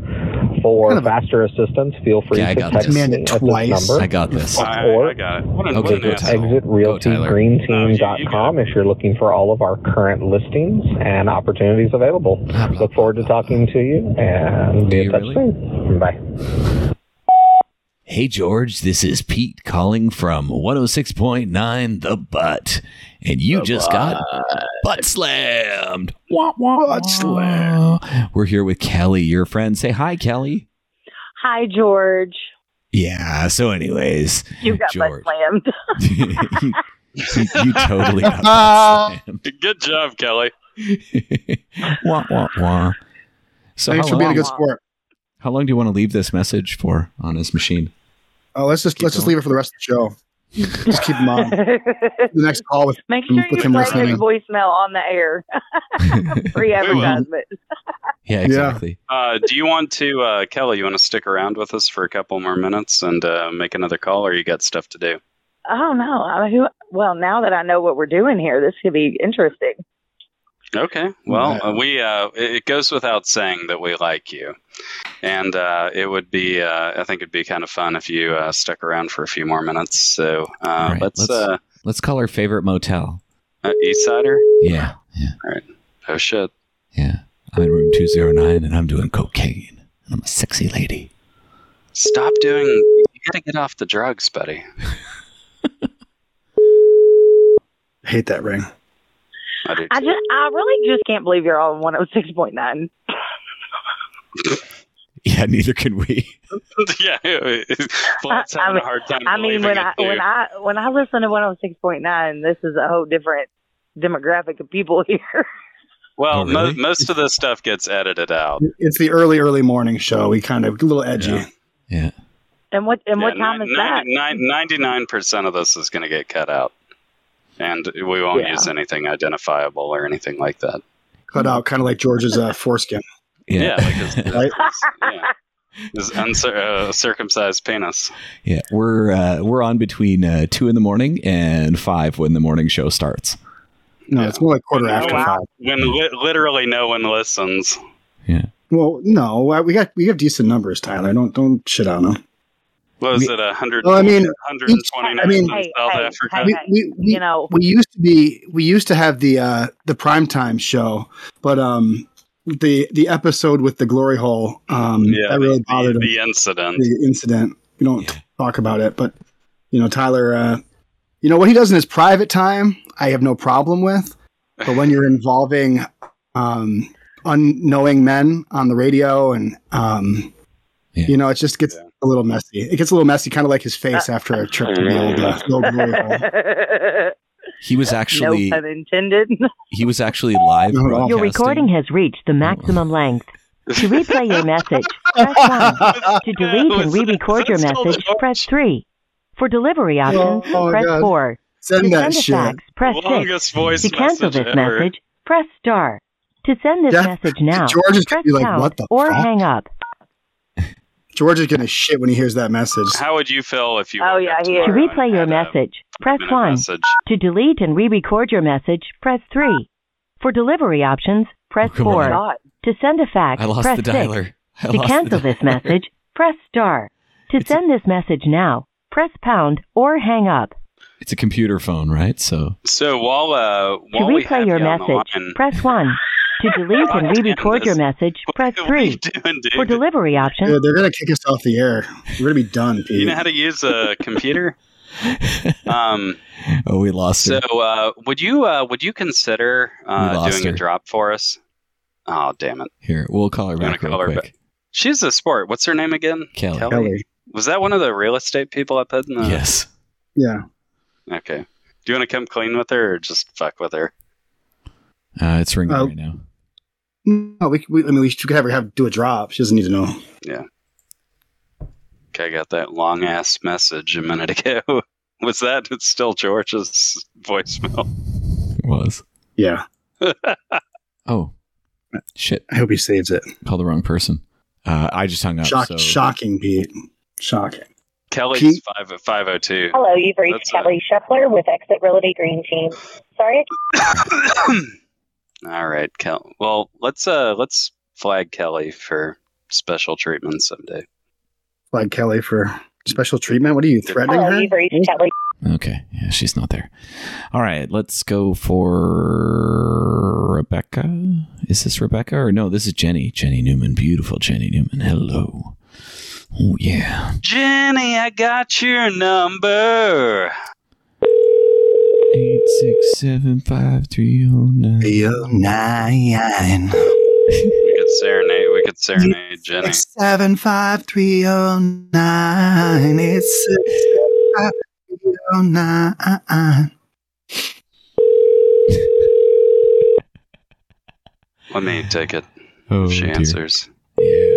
[SPEAKER 1] For faster assistance, feel free
[SPEAKER 6] Yeah, I
[SPEAKER 1] to
[SPEAKER 6] got
[SPEAKER 1] text
[SPEAKER 6] this.
[SPEAKER 1] me at this number.
[SPEAKER 6] I got this.
[SPEAKER 1] Or
[SPEAKER 7] got it.
[SPEAKER 6] Okay, go Tyler. Oh,
[SPEAKER 1] exitrealtygreenteam.com if you're looking for all of our current listings and opportunities available.
[SPEAKER 6] Ah,
[SPEAKER 1] Look forward to talking to you and be in touch soon. Bye.
[SPEAKER 6] Hey, George, this is Pete calling from 106.9 The Butt, and you just got butt slammed. Wah, wah, butt slammed. We're here with Kelly, your friend. Say hi, Kelly.
[SPEAKER 2] Hi, George.
[SPEAKER 6] Yeah, so, anyways,
[SPEAKER 2] You got
[SPEAKER 6] George.
[SPEAKER 2] my slammed.
[SPEAKER 6] you, you totally got butt slammed.
[SPEAKER 7] Good job, Kelly.
[SPEAKER 6] Wah, wah, wah. So
[SPEAKER 7] Thanks
[SPEAKER 6] how
[SPEAKER 7] for being a good
[SPEAKER 6] long-
[SPEAKER 7] sport.
[SPEAKER 6] How long do you want to leave this message for on his machine?
[SPEAKER 18] Oh, let's just let's just leave it for the rest of the show. just keep him on. The next call with
[SPEAKER 13] Make sure
[SPEAKER 18] with
[SPEAKER 13] you
[SPEAKER 18] him
[SPEAKER 13] play
[SPEAKER 18] listening.
[SPEAKER 13] his voicemail on the air. Free advertisement.
[SPEAKER 6] Yeah, exactly.
[SPEAKER 7] Uh, do you want to, uh, Kelly? You want to stick around with us for a couple more minutes and uh, make another call, or you got stuff to do?
[SPEAKER 13] I don't know. I mean, who, well, now that I know what we're doing here, this could be interesting.
[SPEAKER 7] Okay. Well, uh, we uh, it it goes without saying that we like you, and uh, it would be uh, I think it'd be kind of fun if you uh, stuck around for a few more minutes. So uh,
[SPEAKER 6] All right,
[SPEAKER 7] let's, uh,
[SPEAKER 6] let's call our favorite motel.
[SPEAKER 7] uh, East Sider.
[SPEAKER 6] Yeah, yeah.
[SPEAKER 7] All right. Oh shit.
[SPEAKER 6] I'm in room 209 and I'm doing cocaine. And I'm a sexy lady.
[SPEAKER 7] Stop doing. You gotta get off the drugs, buddy.
[SPEAKER 18] Hate that ring.
[SPEAKER 7] I do.
[SPEAKER 13] I just, I really just can't believe you're on 106.9.
[SPEAKER 6] Yeah, neither can we.
[SPEAKER 7] yeah, Vlad's having a hard time.
[SPEAKER 13] I mean,
[SPEAKER 7] believing
[SPEAKER 13] when
[SPEAKER 7] it,
[SPEAKER 13] I
[SPEAKER 7] too.
[SPEAKER 13] when I when I listen to 106.9, this is a whole different demographic of people here.
[SPEAKER 18] Oh,
[SPEAKER 7] Well, mo- most of this stuff gets edited out.
[SPEAKER 18] It's the early early morning show. We kind of a little edgy. Yeah.
[SPEAKER 13] And what and what time is that?
[SPEAKER 7] Ninety-nine percent of this is going to get cut out, and we won't
[SPEAKER 18] Yeah.
[SPEAKER 7] use anything identifiable or anything like that.
[SPEAKER 18] Cut out, kind of like George's uh, foreskin.
[SPEAKER 7] Yeah, like his,
[SPEAKER 18] Right?
[SPEAKER 7] yeah. his uncir- uh, circumcised penis.
[SPEAKER 6] Yeah, we're uh, we're on between uh, two in the morning and five when the morning show starts.
[SPEAKER 18] No, it's more like quarter after five. Mm.
[SPEAKER 7] When li- literally no one listens.
[SPEAKER 18] Well, no, I- we got we have decent numbers, Tyler. Don't don't shit on them.
[SPEAKER 7] What was it? A hundred?
[SPEAKER 18] Well, I mean, each-
[SPEAKER 7] 129
[SPEAKER 18] I mean,
[SPEAKER 7] in South Africa.
[SPEAKER 18] We, we, we, we used to be we used to have the uh the primetime show, but um the the episode with the glory hole um
[SPEAKER 7] Yeah,
[SPEAKER 18] that really bothered
[SPEAKER 7] the,
[SPEAKER 18] me.
[SPEAKER 7] the incident.
[SPEAKER 18] the incident. We don't talk about it, but you know, Tyler, uh, you know what he does in his private time, I have no problem with. But when you're involving um, unknowing men on the radio, and um, you know, it just gets a little messy. It gets a little messy, kind of like his face after a trip to the old, uh, the old glory hole.
[SPEAKER 6] He was actually
[SPEAKER 13] no pun intended.
[SPEAKER 6] he was actually live broadcasting.
[SPEAKER 10] Your recording has reached the maximum length. To replay your message, press 1. To delete and re-record your message, press 3. For delivery options,
[SPEAKER 17] Oh,
[SPEAKER 10] press
[SPEAKER 17] God.
[SPEAKER 10] 4.
[SPEAKER 17] Send
[SPEAKER 10] to
[SPEAKER 17] that
[SPEAKER 10] send a
[SPEAKER 17] shit.
[SPEAKER 10] fax, press 6.
[SPEAKER 17] Longest voice
[SPEAKER 10] to cancel
[SPEAKER 17] message
[SPEAKER 10] this
[SPEAKER 17] ever.
[SPEAKER 10] message, press star. To send this
[SPEAKER 18] Yeah,
[SPEAKER 10] message now,
[SPEAKER 18] George is gonna
[SPEAKER 10] press
[SPEAKER 18] be like,
[SPEAKER 10] pound
[SPEAKER 18] "What the
[SPEAKER 10] or
[SPEAKER 18] fuck?"
[SPEAKER 10] hang up.
[SPEAKER 18] George is gonna shit when he hears that message.
[SPEAKER 7] How would you feel if you?
[SPEAKER 13] Oh yeah, he
[SPEAKER 10] To
[SPEAKER 13] is.
[SPEAKER 10] replay your message, press 1. To delete and re-record your message, press 3. For delivery options, press
[SPEAKER 6] come on.
[SPEAKER 10] 4. To send a fax,
[SPEAKER 6] I lost
[SPEAKER 10] press
[SPEAKER 6] the
[SPEAKER 10] 6.
[SPEAKER 6] dialer. I
[SPEAKER 10] to
[SPEAKER 6] lost the
[SPEAKER 10] cancel this
[SPEAKER 6] dialer.
[SPEAKER 10] message, press star. To send this message now, press pound or hang up.
[SPEAKER 6] It's a computer phone, right? So
[SPEAKER 7] So while uh,
[SPEAKER 10] To
[SPEAKER 7] while we
[SPEAKER 10] replay
[SPEAKER 7] have
[SPEAKER 10] your
[SPEAKER 7] you on the
[SPEAKER 10] message,
[SPEAKER 7] line-
[SPEAKER 10] press 1. To delete and re-record your message, press 3. For delivery options,
[SPEAKER 18] Dude, they're gonna kick us off the air. We're gonna be done, Pete.
[SPEAKER 7] you know how to use a computer. um,
[SPEAKER 6] oh, we lost
[SPEAKER 7] so
[SPEAKER 6] it.
[SPEAKER 7] uh, would you uh, would you consider
[SPEAKER 6] We
[SPEAKER 7] uh,
[SPEAKER 6] lost
[SPEAKER 7] doing
[SPEAKER 6] her.
[SPEAKER 7] a drop for us? Oh damn it!
[SPEAKER 6] Here, we'll call her
[SPEAKER 7] I'm gonna
[SPEAKER 6] back real
[SPEAKER 7] call her
[SPEAKER 6] quick.
[SPEAKER 7] back. She's a sport. What's her name again?
[SPEAKER 6] Kelly.
[SPEAKER 7] Was that one of the real estate people I put in? The...
[SPEAKER 6] Yes.
[SPEAKER 18] Yeah.
[SPEAKER 7] Okay. Do you want to come clean with her or just fuck with her?
[SPEAKER 6] Uh, it's ringing
[SPEAKER 18] Oh.
[SPEAKER 6] right now.
[SPEAKER 18] No, we, we I mean we should have her have do a drop. She doesn't need to know.
[SPEAKER 7] Yeah. Okay, I got that long ass message a minute ago. Was that it's still George's voicemail?
[SPEAKER 6] It was.
[SPEAKER 18] Yeah.
[SPEAKER 6] Oh. Shit.
[SPEAKER 18] I hope he saves it.
[SPEAKER 6] Call the wrong person. Uh, I just hung up.
[SPEAKER 18] Shock,
[SPEAKER 6] so-
[SPEAKER 18] Shocking, Pete. Shocking.
[SPEAKER 7] Kelly's five five oh two.
[SPEAKER 5] Hello, you've reached Kelly Scheffler with Exit Realty Green Team. Sorry,
[SPEAKER 7] All right, Kel. Well, let's uh let's flag Kelly for special treatment someday.
[SPEAKER 18] Flag Kelly for special treatment. What are you
[SPEAKER 2] Uh,
[SPEAKER 18] threatening
[SPEAKER 5] hello,
[SPEAKER 18] her?
[SPEAKER 5] you've reached Kelly.
[SPEAKER 6] Okay. Yeah, she's not there. All right, let's go for Rebecca. Is this Rebecca or no? This is Jenny. Jenny Newman. Beautiful Jenny Newman. Hello. Oh yeah.
[SPEAKER 7] Jenny, I got your number.
[SPEAKER 6] Eight six seven five three oh nine.
[SPEAKER 4] nine.
[SPEAKER 7] We could serenade. We could serenade Jenny.
[SPEAKER 4] Seven five three oh nine. It's six five three oh nine.
[SPEAKER 7] Let me take it.
[SPEAKER 6] Oh,
[SPEAKER 7] she
[SPEAKER 18] dear.
[SPEAKER 7] answers.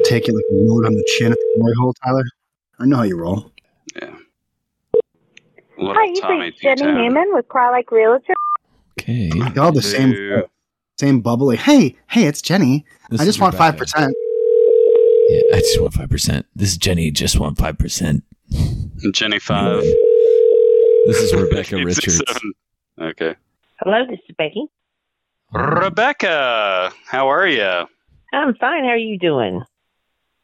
[SPEAKER 18] Take it like a load on the chin at the glory hole, Tyler. I know how you roll.
[SPEAKER 7] Little
[SPEAKER 9] Hi, you've
[SPEAKER 7] Tommy
[SPEAKER 9] reached Jenny
[SPEAKER 7] T-Town.
[SPEAKER 9] Newman with Crylike Realtor.
[SPEAKER 6] Okay.
[SPEAKER 18] All the same, same bubbly. Hey, hey, it's Jenny.
[SPEAKER 6] This
[SPEAKER 18] I
[SPEAKER 6] is
[SPEAKER 18] just want
[SPEAKER 6] Rebecca.
[SPEAKER 18] five percent.
[SPEAKER 6] Yeah, I just want five percent. This is Jenny. Just want five percent.
[SPEAKER 7] Jenny five.
[SPEAKER 6] This is Rebecca
[SPEAKER 7] Eight, six,
[SPEAKER 6] Richards.
[SPEAKER 7] seven. Okay.
[SPEAKER 17] Hello, this is Becky.
[SPEAKER 7] Rebecca, how are you?
[SPEAKER 17] I'm fine. How are you doing?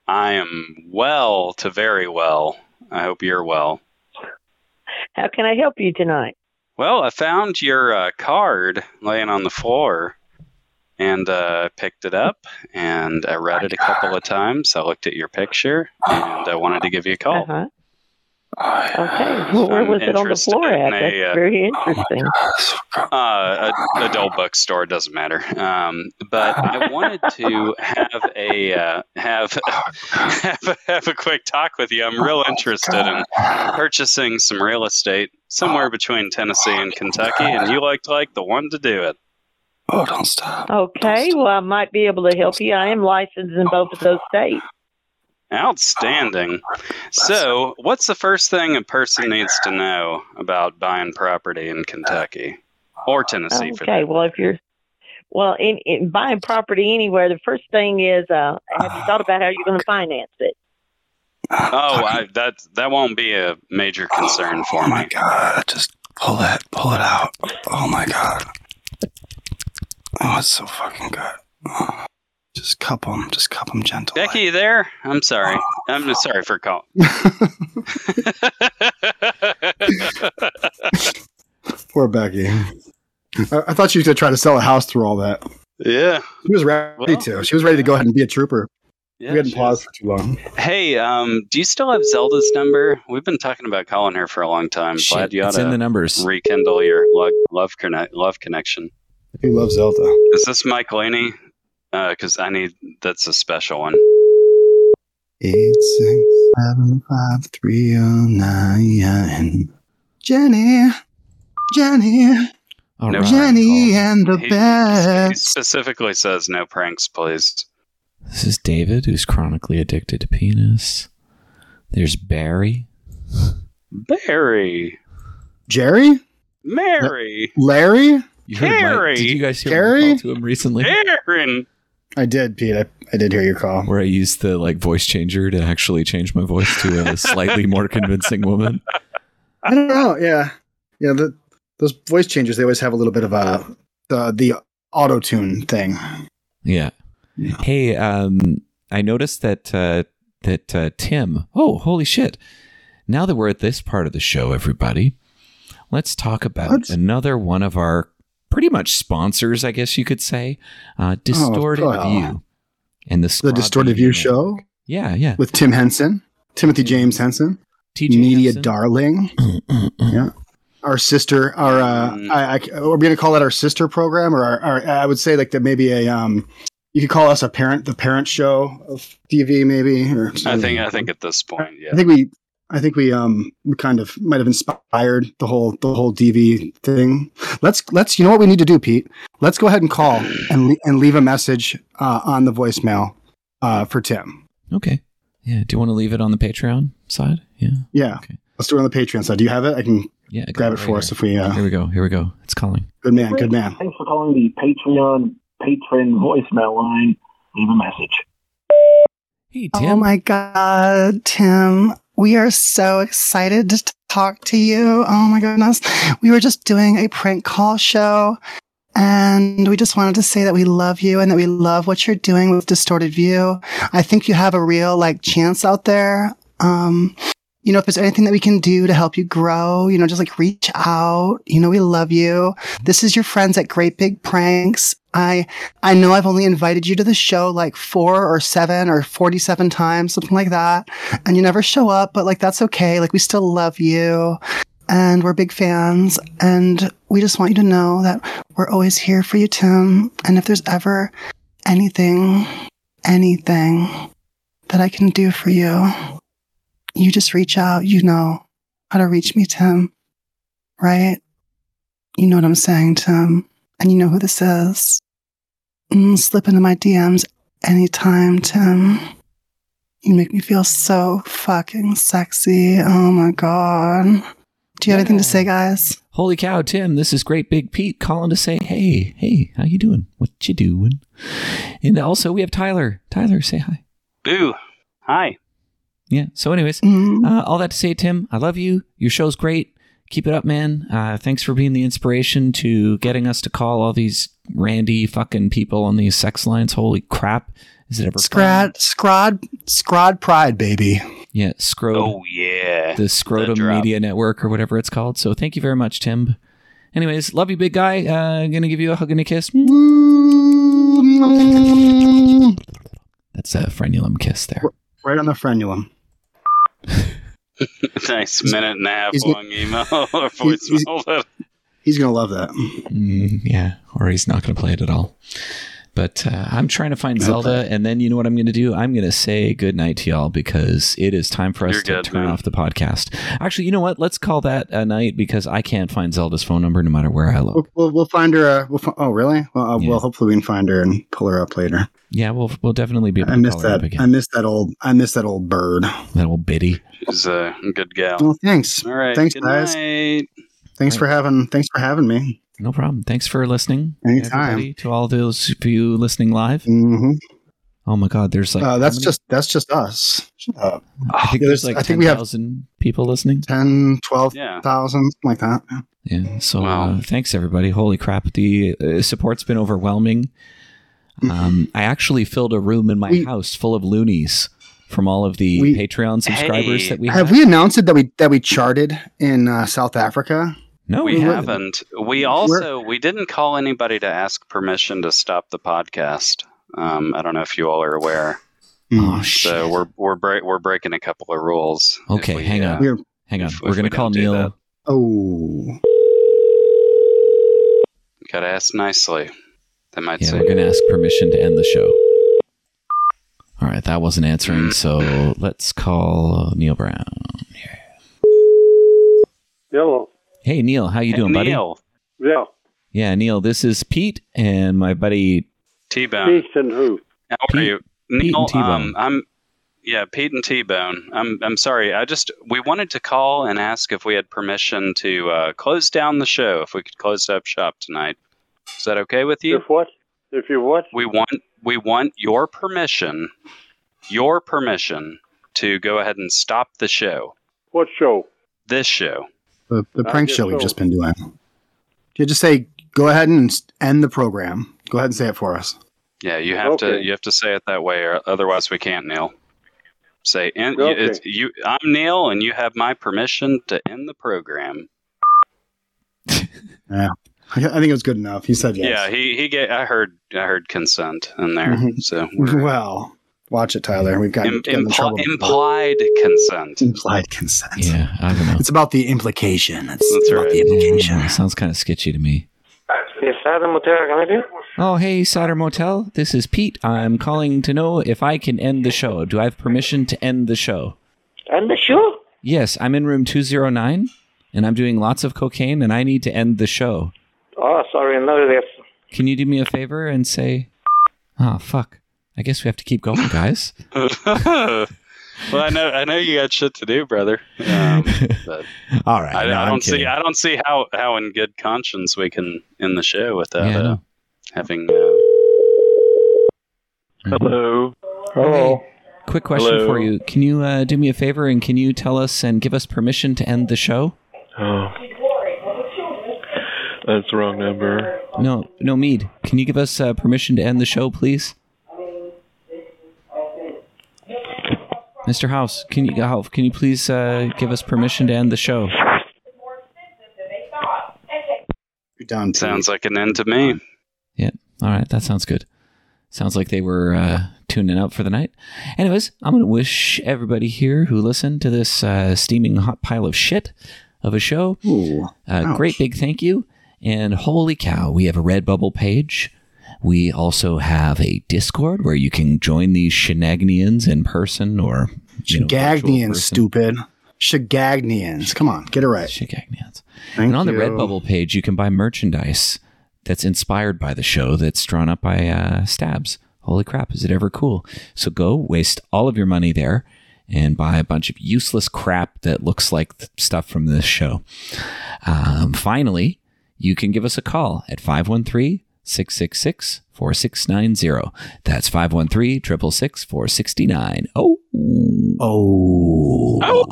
[SPEAKER 7] I am well to very well. I hope you're well.
[SPEAKER 17] How can I help you tonight?
[SPEAKER 7] Well, I found your uh, card laying on the floor and uh, picked it up and I read it a couple of times. I looked at your picture and I wanted to give you a call.
[SPEAKER 17] Okay. Well, where
[SPEAKER 7] I'm
[SPEAKER 17] was it on the
[SPEAKER 7] interested
[SPEAKER 17] floor
[SPEAKER 7] in
[SPEAKER 17] at?
[SPEAKER 7] a, uh,
[SPEAKER 17] That's very interesting.
[SPEAKER 7] Uh, a, adult bookstore doesn't matter. Um, but I wanted to have a uh, have, have a- have a quick talk with you. I'm real interested in purchasing some real estate somewhere between Tennessee and Kentucky, and you looked like the one to do it.
[SPEAKER 17] Oh, don't stop. Okay. Well, I might be able to help you. I am licensed in both of those states.
[SPEAKER 7] Outstanding. So, what's the first thing a person needs to know about buying property in Kentucky or Tennessee? For
[SPEAKER 17] Okay. Well, if you're well in, in buying property anywhere, the first thing is uh, have you thought about how you're going to finance it?
[SPEAKER 7] Oh, I, that that won't be a major concern for me. Oh my god! Just pull it, pull it out.
[SPEAKER 28] Oh my god. Oh, it's so fucking good. Oh, Just cup them. Just cup them gentle.
[SPEAKER 7] Becky, you there? I'm sorry. I'm just sorry for calling.
[SPEAKER 18] Poor Becky. I, I thought she was gonna try to sell a house through all that.
[SPEAKER 7] Yeah.
[SPEAKER 18] She was ready to. She was ready to go ahead and be a trooper.
[SPEAKER 7] Yeah,
[SPEAKER 18] we hadn't paused for too long.
[SPEAKER 7] Hey, um, do you still have Zelda's number? We've been talking about calling her for a long time.
[SPEAKER 6] Shit,
[SPEAKER 7] Glad you
[SPEAKER 6] it's
[SPEAKER 7] oughta
[SPEAKER 6] in the numbers.
[SPEAKER 7] Rekindle your love, love, connect, love connection.
[SPEAKER 18] He loves Zelda.
[SPEAKER 7] Is this Mike Laney? Because I need that's a special one.
[SPEAKER 4] Eight six seven five three oh nine. Jenny, Jenny,
[SPEAKER 7] All right.
[SPEAKER 4] Jenny, and the
[SPEAKER 7] He-
[SPEAKER 4] best.
[SPEAKER 7] He specifically says no pranks, please.
[SPEAKER 6] This is David, who's chronically addicted to penis. There's Barry.
[SPEAKER 7] Barry.
[SPEAKER 18] Jerry?
[SPEAKER 7] Mary.
[SPEAKER 18] Larry?
[SPEAKER 6] You
[SPEAKER 7] heard Mike- Harry. did you guys hear my
[SPEAKER 18] Jerry?
[SPEAKER 6] to him recently?
[SPEAKER 7] Aaron.
[SPEAKER 18] I did, Pete. I, I did hear your call.
[SPEAKER 6] Where I used the like voice changer to actually change my voice to a slightly more convincing woman.
[SPEAKER 18] I don't know. Yeah, yeah. The, those voice changers they always have a little bit of a the the auto tune thing.
[SPEAKER 6] Yeah. Hey, um, I noticed that uh, that uh, Tim. Oh, holy shit! Now that we're at this part of the show, everybody, let's talk about another one of our pretty much sponsors, I guess you could say, uh,
[SPEAKER 18] Oh,
[SPEAKER 6] Distorted
[SPEAKER 18] God.
[SPEAKER 6] View, and the
[SPEAKER 18] The
[SPEAKER 6] Scrub
[SPEAKER 18] Distorted View show.
[SPEAKER 6] Yeah, yeah.
[SPEAKER 18] With Tim Henson, Timothy James Henson,
[SPEAKER 6] TJ
[SPEAKER 18] Media
[SPEAKER 6] Henson.
[SPEAKER 18] Darling. yeah. Our sister, our uh,
[SPEAKER 7] Mm.
[SPEAKER 18] I, I, are we gonna call that our sister program, or our, our, I would say like that maybe a um, you could call us a parent, the parent show of DV maybe, or
[SPEAKER 7] I think uh, I think at this point, yeah.
[SPEAKER 18] I think we I think we um we kind of might have inspired the whole the whole DV thing. Let's let's you know what we need to do, Pete. Let's go ahead and call and le- and leave a message uh, on the voicemail uh, for Tim.
[SPEAKER 6] Okay. Yeah. Do you want to leave it on the Patreon side? Yeah.
[SPEAKER 18] Yeah, let's do it on the Patreon side. Do you have it? I can
[SPEAKER 6] yeah,
[SPEAKER 18] grab it for us if we. Uh,
[SPEAKER 6] Here we go. Here we go. It's calling.
[SPEAKER 18] Good man. Good man.
[SPEAKER 29] Thanks for calling the Patreon patron voicemail line. Leave a message.
[SPEAKER 6] Hey,
[SPEAKER 4] Oh my God, Tim. We are so excited to t- talk to you. Oh my goodness. We were just doing a prank call show and we just wanted to say that we love you and that we love what you're doing with Distorted View. I think you have a real like chance out there. Um, you know, if there's anything that we can do to help you grow, you know, just like reach out. You know, we love you. This is your friends at Great Big Pranks. I I know I've only invited you to the show like four or seven or forty-seven times, something like that, and you never show up. But like that's okay. Like we still love you, and we're big fans, and we just want you to know that we're always here for you, Tim. And if there's ever anything, anything that I can do for you, you just reach out. You know how to reach me, Tim. Right? You know what I'm saying, Tim. And you know who this is. Mm, slip into my DMs anytime, Tim. You make me feel so fucking sexy. Oh my God. Do you have anything to say, guys?
[SPEAKER 6] Holy cow, Tim, this is great big Pete calling to say, hey, hey, how you doing? What you doing? And also we have Tyler. Tyler, say hi.
[SPEAKER 7] Boo. Hi.
[SPEAKER 6] Yeah. So, anyways,
[SPEAKER 4] Mm-hmm.
[SPEAKER 6] uh, all that to say, Tim, I love you. Your show's great. Keep it up, man. Uh, thanks for being the inspiration to getting us to call all these randy fucking people on these sex lines. Holy crap! Is it ever
[SPEAKER 4] Scrad, Scrod, Scrod Pride, baby.
[SPEAKER 6] Yeah, Scrod.
[SPEAKER 7] Oh yeah,
[SPEAKER 6] the Scrotum Media Network or whatever it's called. So thank you very much, Tim. Anyways, love you, big guy. Uh, gonna give you a hug and a kiss. That's a frenulum kiss there.
[SPEAKER 18] Right on the frenulum.
[SPEAKER 7] nice minute and a half
[SPEAKER 18] he's-
[SPEAKER 7] long email or
[SPEAKER 18] he's- he's-
[SPEAKER 7] voicemail. but-
[SPEAKER 18] He's gonna love that.
[SPEAKER 6] Mm, yeah, or he's not going to play it at all. But uh, I'm trying to find Zelda, and then you know what I'm going to do? I'm going to say goodnight to y'all because it is time for us
[SPEAKER 7] You're
[SPEAKER 6] to
[SPEAKER 7] good,
[SPEAKER 6] turn off the podcast. Actually, you know what? Let's call that a night because I can't find Zelda's phone number no matter where I look.
[SPEAKER 18] We'll, we'll, we'll find her. Uh, we'll, fi- oh, really? Well, uh, well, hopefully we can find her and pull her up later.
[SPEAKER 6] Yeah, we'll we'll definitely be able
[SPEAKER 18] I
[SPEAKER 6] to
[SPEAKER 18] miss
[SPEAKER 6] call her up
[SPEAKER 18] that.
[SPEAKER 6] again.
[SPEAKER 18] I miss that old. I miss that old bird.
[SPEAKER 6] That old biddy.
[SPEAKER 7] She's a good gal.
[SPEAKER 18] Well, thanks.
[SPEAKER 7] All right.
[SPEAKER 18] Thanks,
[SPEAKER 7] good
[SPEAKER 18] guys.
[SPEAKER 7] night.
[SPEAKER 18] Thanks for having. Thanks for having me.
[SPEAKER 6] No problem. Thanks for listening.
[SPEAKER 18] Anytime.
[SPEAKER 6] everybody, to all those of you listening live.
[SPEAKER 18] Mm-hmm.
[SPEAKER 6] Oh my God, there's like
[SPEAKER 18] uh,
[SPEAKER 6] how
[SPEAKER 18] that's
[SPEAKER 6] many-
[SPEAKER 18] just that's just us. Shut up.
[SPEAKER 6] I think
[SPEAKER 18] Yeah,
[SPEAKER 6] there's
[SPEAKER 18] there's-
[SPEAKER 6] like
[SPEAKER 18] I think we have-
[SPEAKER 6] 10,000 people listening.
[SPEAKER 18] 10, 12,000, something like that.
[SPEAKER 6] Yeah. So uh, thanks everybody. Holy crap, the uh, support's been overwhelming. Um, I actually filled a room in my
[SPEAKER 18] We-
[SPEAKER 6] house full of loonies from all of the Patreon subscribers that we have.
[SPEAKER 18] have we announced it that we that we charted in uh, South Africa?
[SPEAKER 6] No,
[SPEAKER 7] we haven't. We also we didn't call anybody to ask permission to stop the podcast. Um, I don't know if you all are aware.
[SPEAKER 6] Oh,
[SPEAKER 7] so we're we're break we're breaking a couple of rules.
[SPEAKER 6] Okay, hang on.
[SPEAKER 18] We're-
[SPEAKER 6] hang on.
[SPEAKER 7] if-
[SPEAKER 6] We're
[SPEAKER 7] if
[SPEAKER 6] gonna
[SPEAKER 7] we
[SPEAKER 6] call
[SPEAKER 7] don't do
[SPEAKER 6] Neil.
[SPEAKER 18] Oh,
[SPEAKER 7] Gotta ask nicely. They might
[SPEAKER 6] yeah,
[SPEAKER 7] say
[SPEAKER 6] we're gonna ask permission to end the show. All right, that wasn't answering, so let's call uh, Neil Brown.
[SPEAKER 8] Hello.
[SPEAKER 6] Hey, Neil, how you doing, buddy?
[SPEAKER 8] Yeah.
[SPEAKER 6] Yeah, Neil, this is Pete and my buddy
[SPEAKER 7] T Bone.
[SPEAKER 8] Peace and who?
[SPEAKER 7] How are you?
[SPEAKER 6] Pete and
[SPEAKER 7] Neil,
[SPEAKER 6] T-Bone.
[SPEAKER 7] um, I'm yeah, Pete and T Bone. I'm I'm sorry. I just we wanted to call and ask if we had permission to uh, close down the show, if we could close up shop tonight. Is that okay with you?
[SPEAKER 8] If what? If you what?
[SPEAKER 7] We want we want your permission, your permission to go ahead and stop the show,
[SPEAKER 8] What show?
[SPEAKER 7] this show.
[SPEAKER 18] the, the
[SPEAKER 7] Uh,
[SPEAKER 8] I
[SPEAKER 18] prank
[SPEAKER 8] guess
[SPEAKER 18] show
[SPEAKER 8] so.
[SPEAKER 18] we've just been doing. Yeah, just say go ahead and s- end the program. Go ahead and say it for us.
[SPEAKER 7] Yeah, you have to
[SPEAKER 8] Okay.
[SPEAKER 7] you have to say it that way, or otherwise we can't, Neil. Say and
[SPEAKER 8] Okay.
[SPEAKER 7] it's, you. I'm Neil, and you have my permission to end the program.
[SPEAKER 18] Yeah, I, I think it was good enough. He said Oh, yes.
[SPEAKER 7] Yeah, he he gave. I heard I heard consent in there.
[SPEAKER 18] Mhm.
[SPEAKER 7] So
[SPEAKER 18] Well, watch it, Tyler. We've got
[SPEAKER 7] Im-
[SPEAKER 18] gotten in
[SPEAKER 7] impli-
[SPEAKER 18] trouble.
[SPEAKER 7] implied consent.
[SPEAKER 18] Implied consent.
[SPEAKER 6] Yeah, I don't know.
[SPEAKER 18] It's about the implication. It's
[SPEAKER 7] That's
[SPEAKER 18] about
[SPEAKER 7] right.
[SPEAKER 18] the implication.
[SPEAKER 6] Hmm, sounds kind of sketchy to me.
[SPEAKER 8] Yes, Adam Otero, can I do?
[SPEAKER 6] Oh, hey, Solder Motel. This is Pete. I'm calling to know if I can end the show. Do I have permission to end the show?
[SPEAKER 8] And the show?
[SPEAKER 6] Yes, I'm in room 209 and I'm doing lots of cocaine and I need to end the show.
[SPEAKER 8] Oh, sorry, no, yes.
[SPEAKER 6] Can you do me a favor and say, oh, fuck. I guess we have to keep going, guys.
[SPEAKER 7] well, I know I know you got shit to do, brother. Um, but
[SPEAKER 6] All right.
[SPEAKER 7] I,
[SPEAKER 6] no,
[SPEAKER 7] I
[SPEAKER 6] I'm
[SPEAKER 7] don't see
[SPEAKER 6] kidding.
[SPEAKER 7] I don't see how how in good conscience we can end the show without
[SPEAKER 6] Yeah, I
[SPEAKER 7] uh,
[SPEAKER 6] know.
[SPEAKER 7] having. Uh,
[SPEAKER 8] Hello.
[SPEAKER 6] Hello. Mm-hmm. quick question
[SPEAKER 11] Hello.
[SPEAKER 6] for you. Can you uh, do me a favor and can you tell us and give us permission to end the show?
[SPEAKER 11] Oh. That's the wrong number.
[SPEAKER 6] No, no, Mead. Can you give us uh, permission to end the show, please? Mr. House, can you House, can you please uh, give us permission to end the show?
[SPEAKER 7] Sounds like an end to me.
[SPEAKER 6] Yeah. All right. That sounds good. Sounds like they were uh, tuning out for the night. Anyways, I'm going to wish everybody here who listened to this uh, steaming hot pile of shit of a show a great big thank you. And holy cow, we have a Redbubble page. We also have a Discord where you can join these shenanigans in person or you know, virtual
[SPEAKER 18] Shagagnians,
[SPEAKER 6] person.
[SPEAKER 18] stupid. Shagagnians. Come on, get it right.
[SPEAKER 6] Shagagnians.
[SPEAKER 18] Thank
[SPEAKER 6] and on
[SPEAKER 18] you.
[SPEAKER 6] the Redbubble page, you can buy merchandise that's inspired by the show that's drawn up by uh, Stabs. Holy crap, is it ever cool? So go waste all of your money there and buy a bunch of useless crap that looks like th- stuff from this show. Um, finally, you can give us a call at 513 666 4690. That's 513 666 4669. Oh. Oh.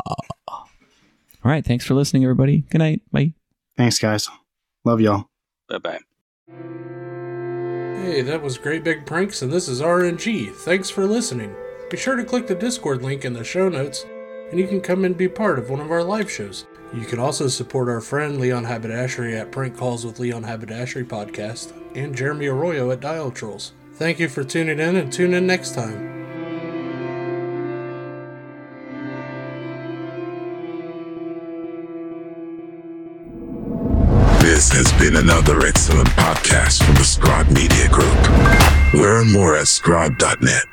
[SPEAKER 6] All right. Thanks for listening, everybody. Good night. Bye.
[SPEAKER 18] Thanks, guys. Love y'all.
[SPEAKER 7] Bye bye.
[SPEAKER 14] Hey, that was Great Big Pranks, and this is RNG. Thanks for listening. Be sure to click the Discord link in the show notes, and you can come and be part of one of our live shows. You can also support our friend Leon Haberdashery at Prank Calls with Leon Haberdashery Podcast and Jeremy Arroyo at Dial Trolls. Thank you for tuning in, and tune in next time.
[SPEAKER 21] This has been another excellent podcast from the Scribe Media Group. Learn more at scribe.net.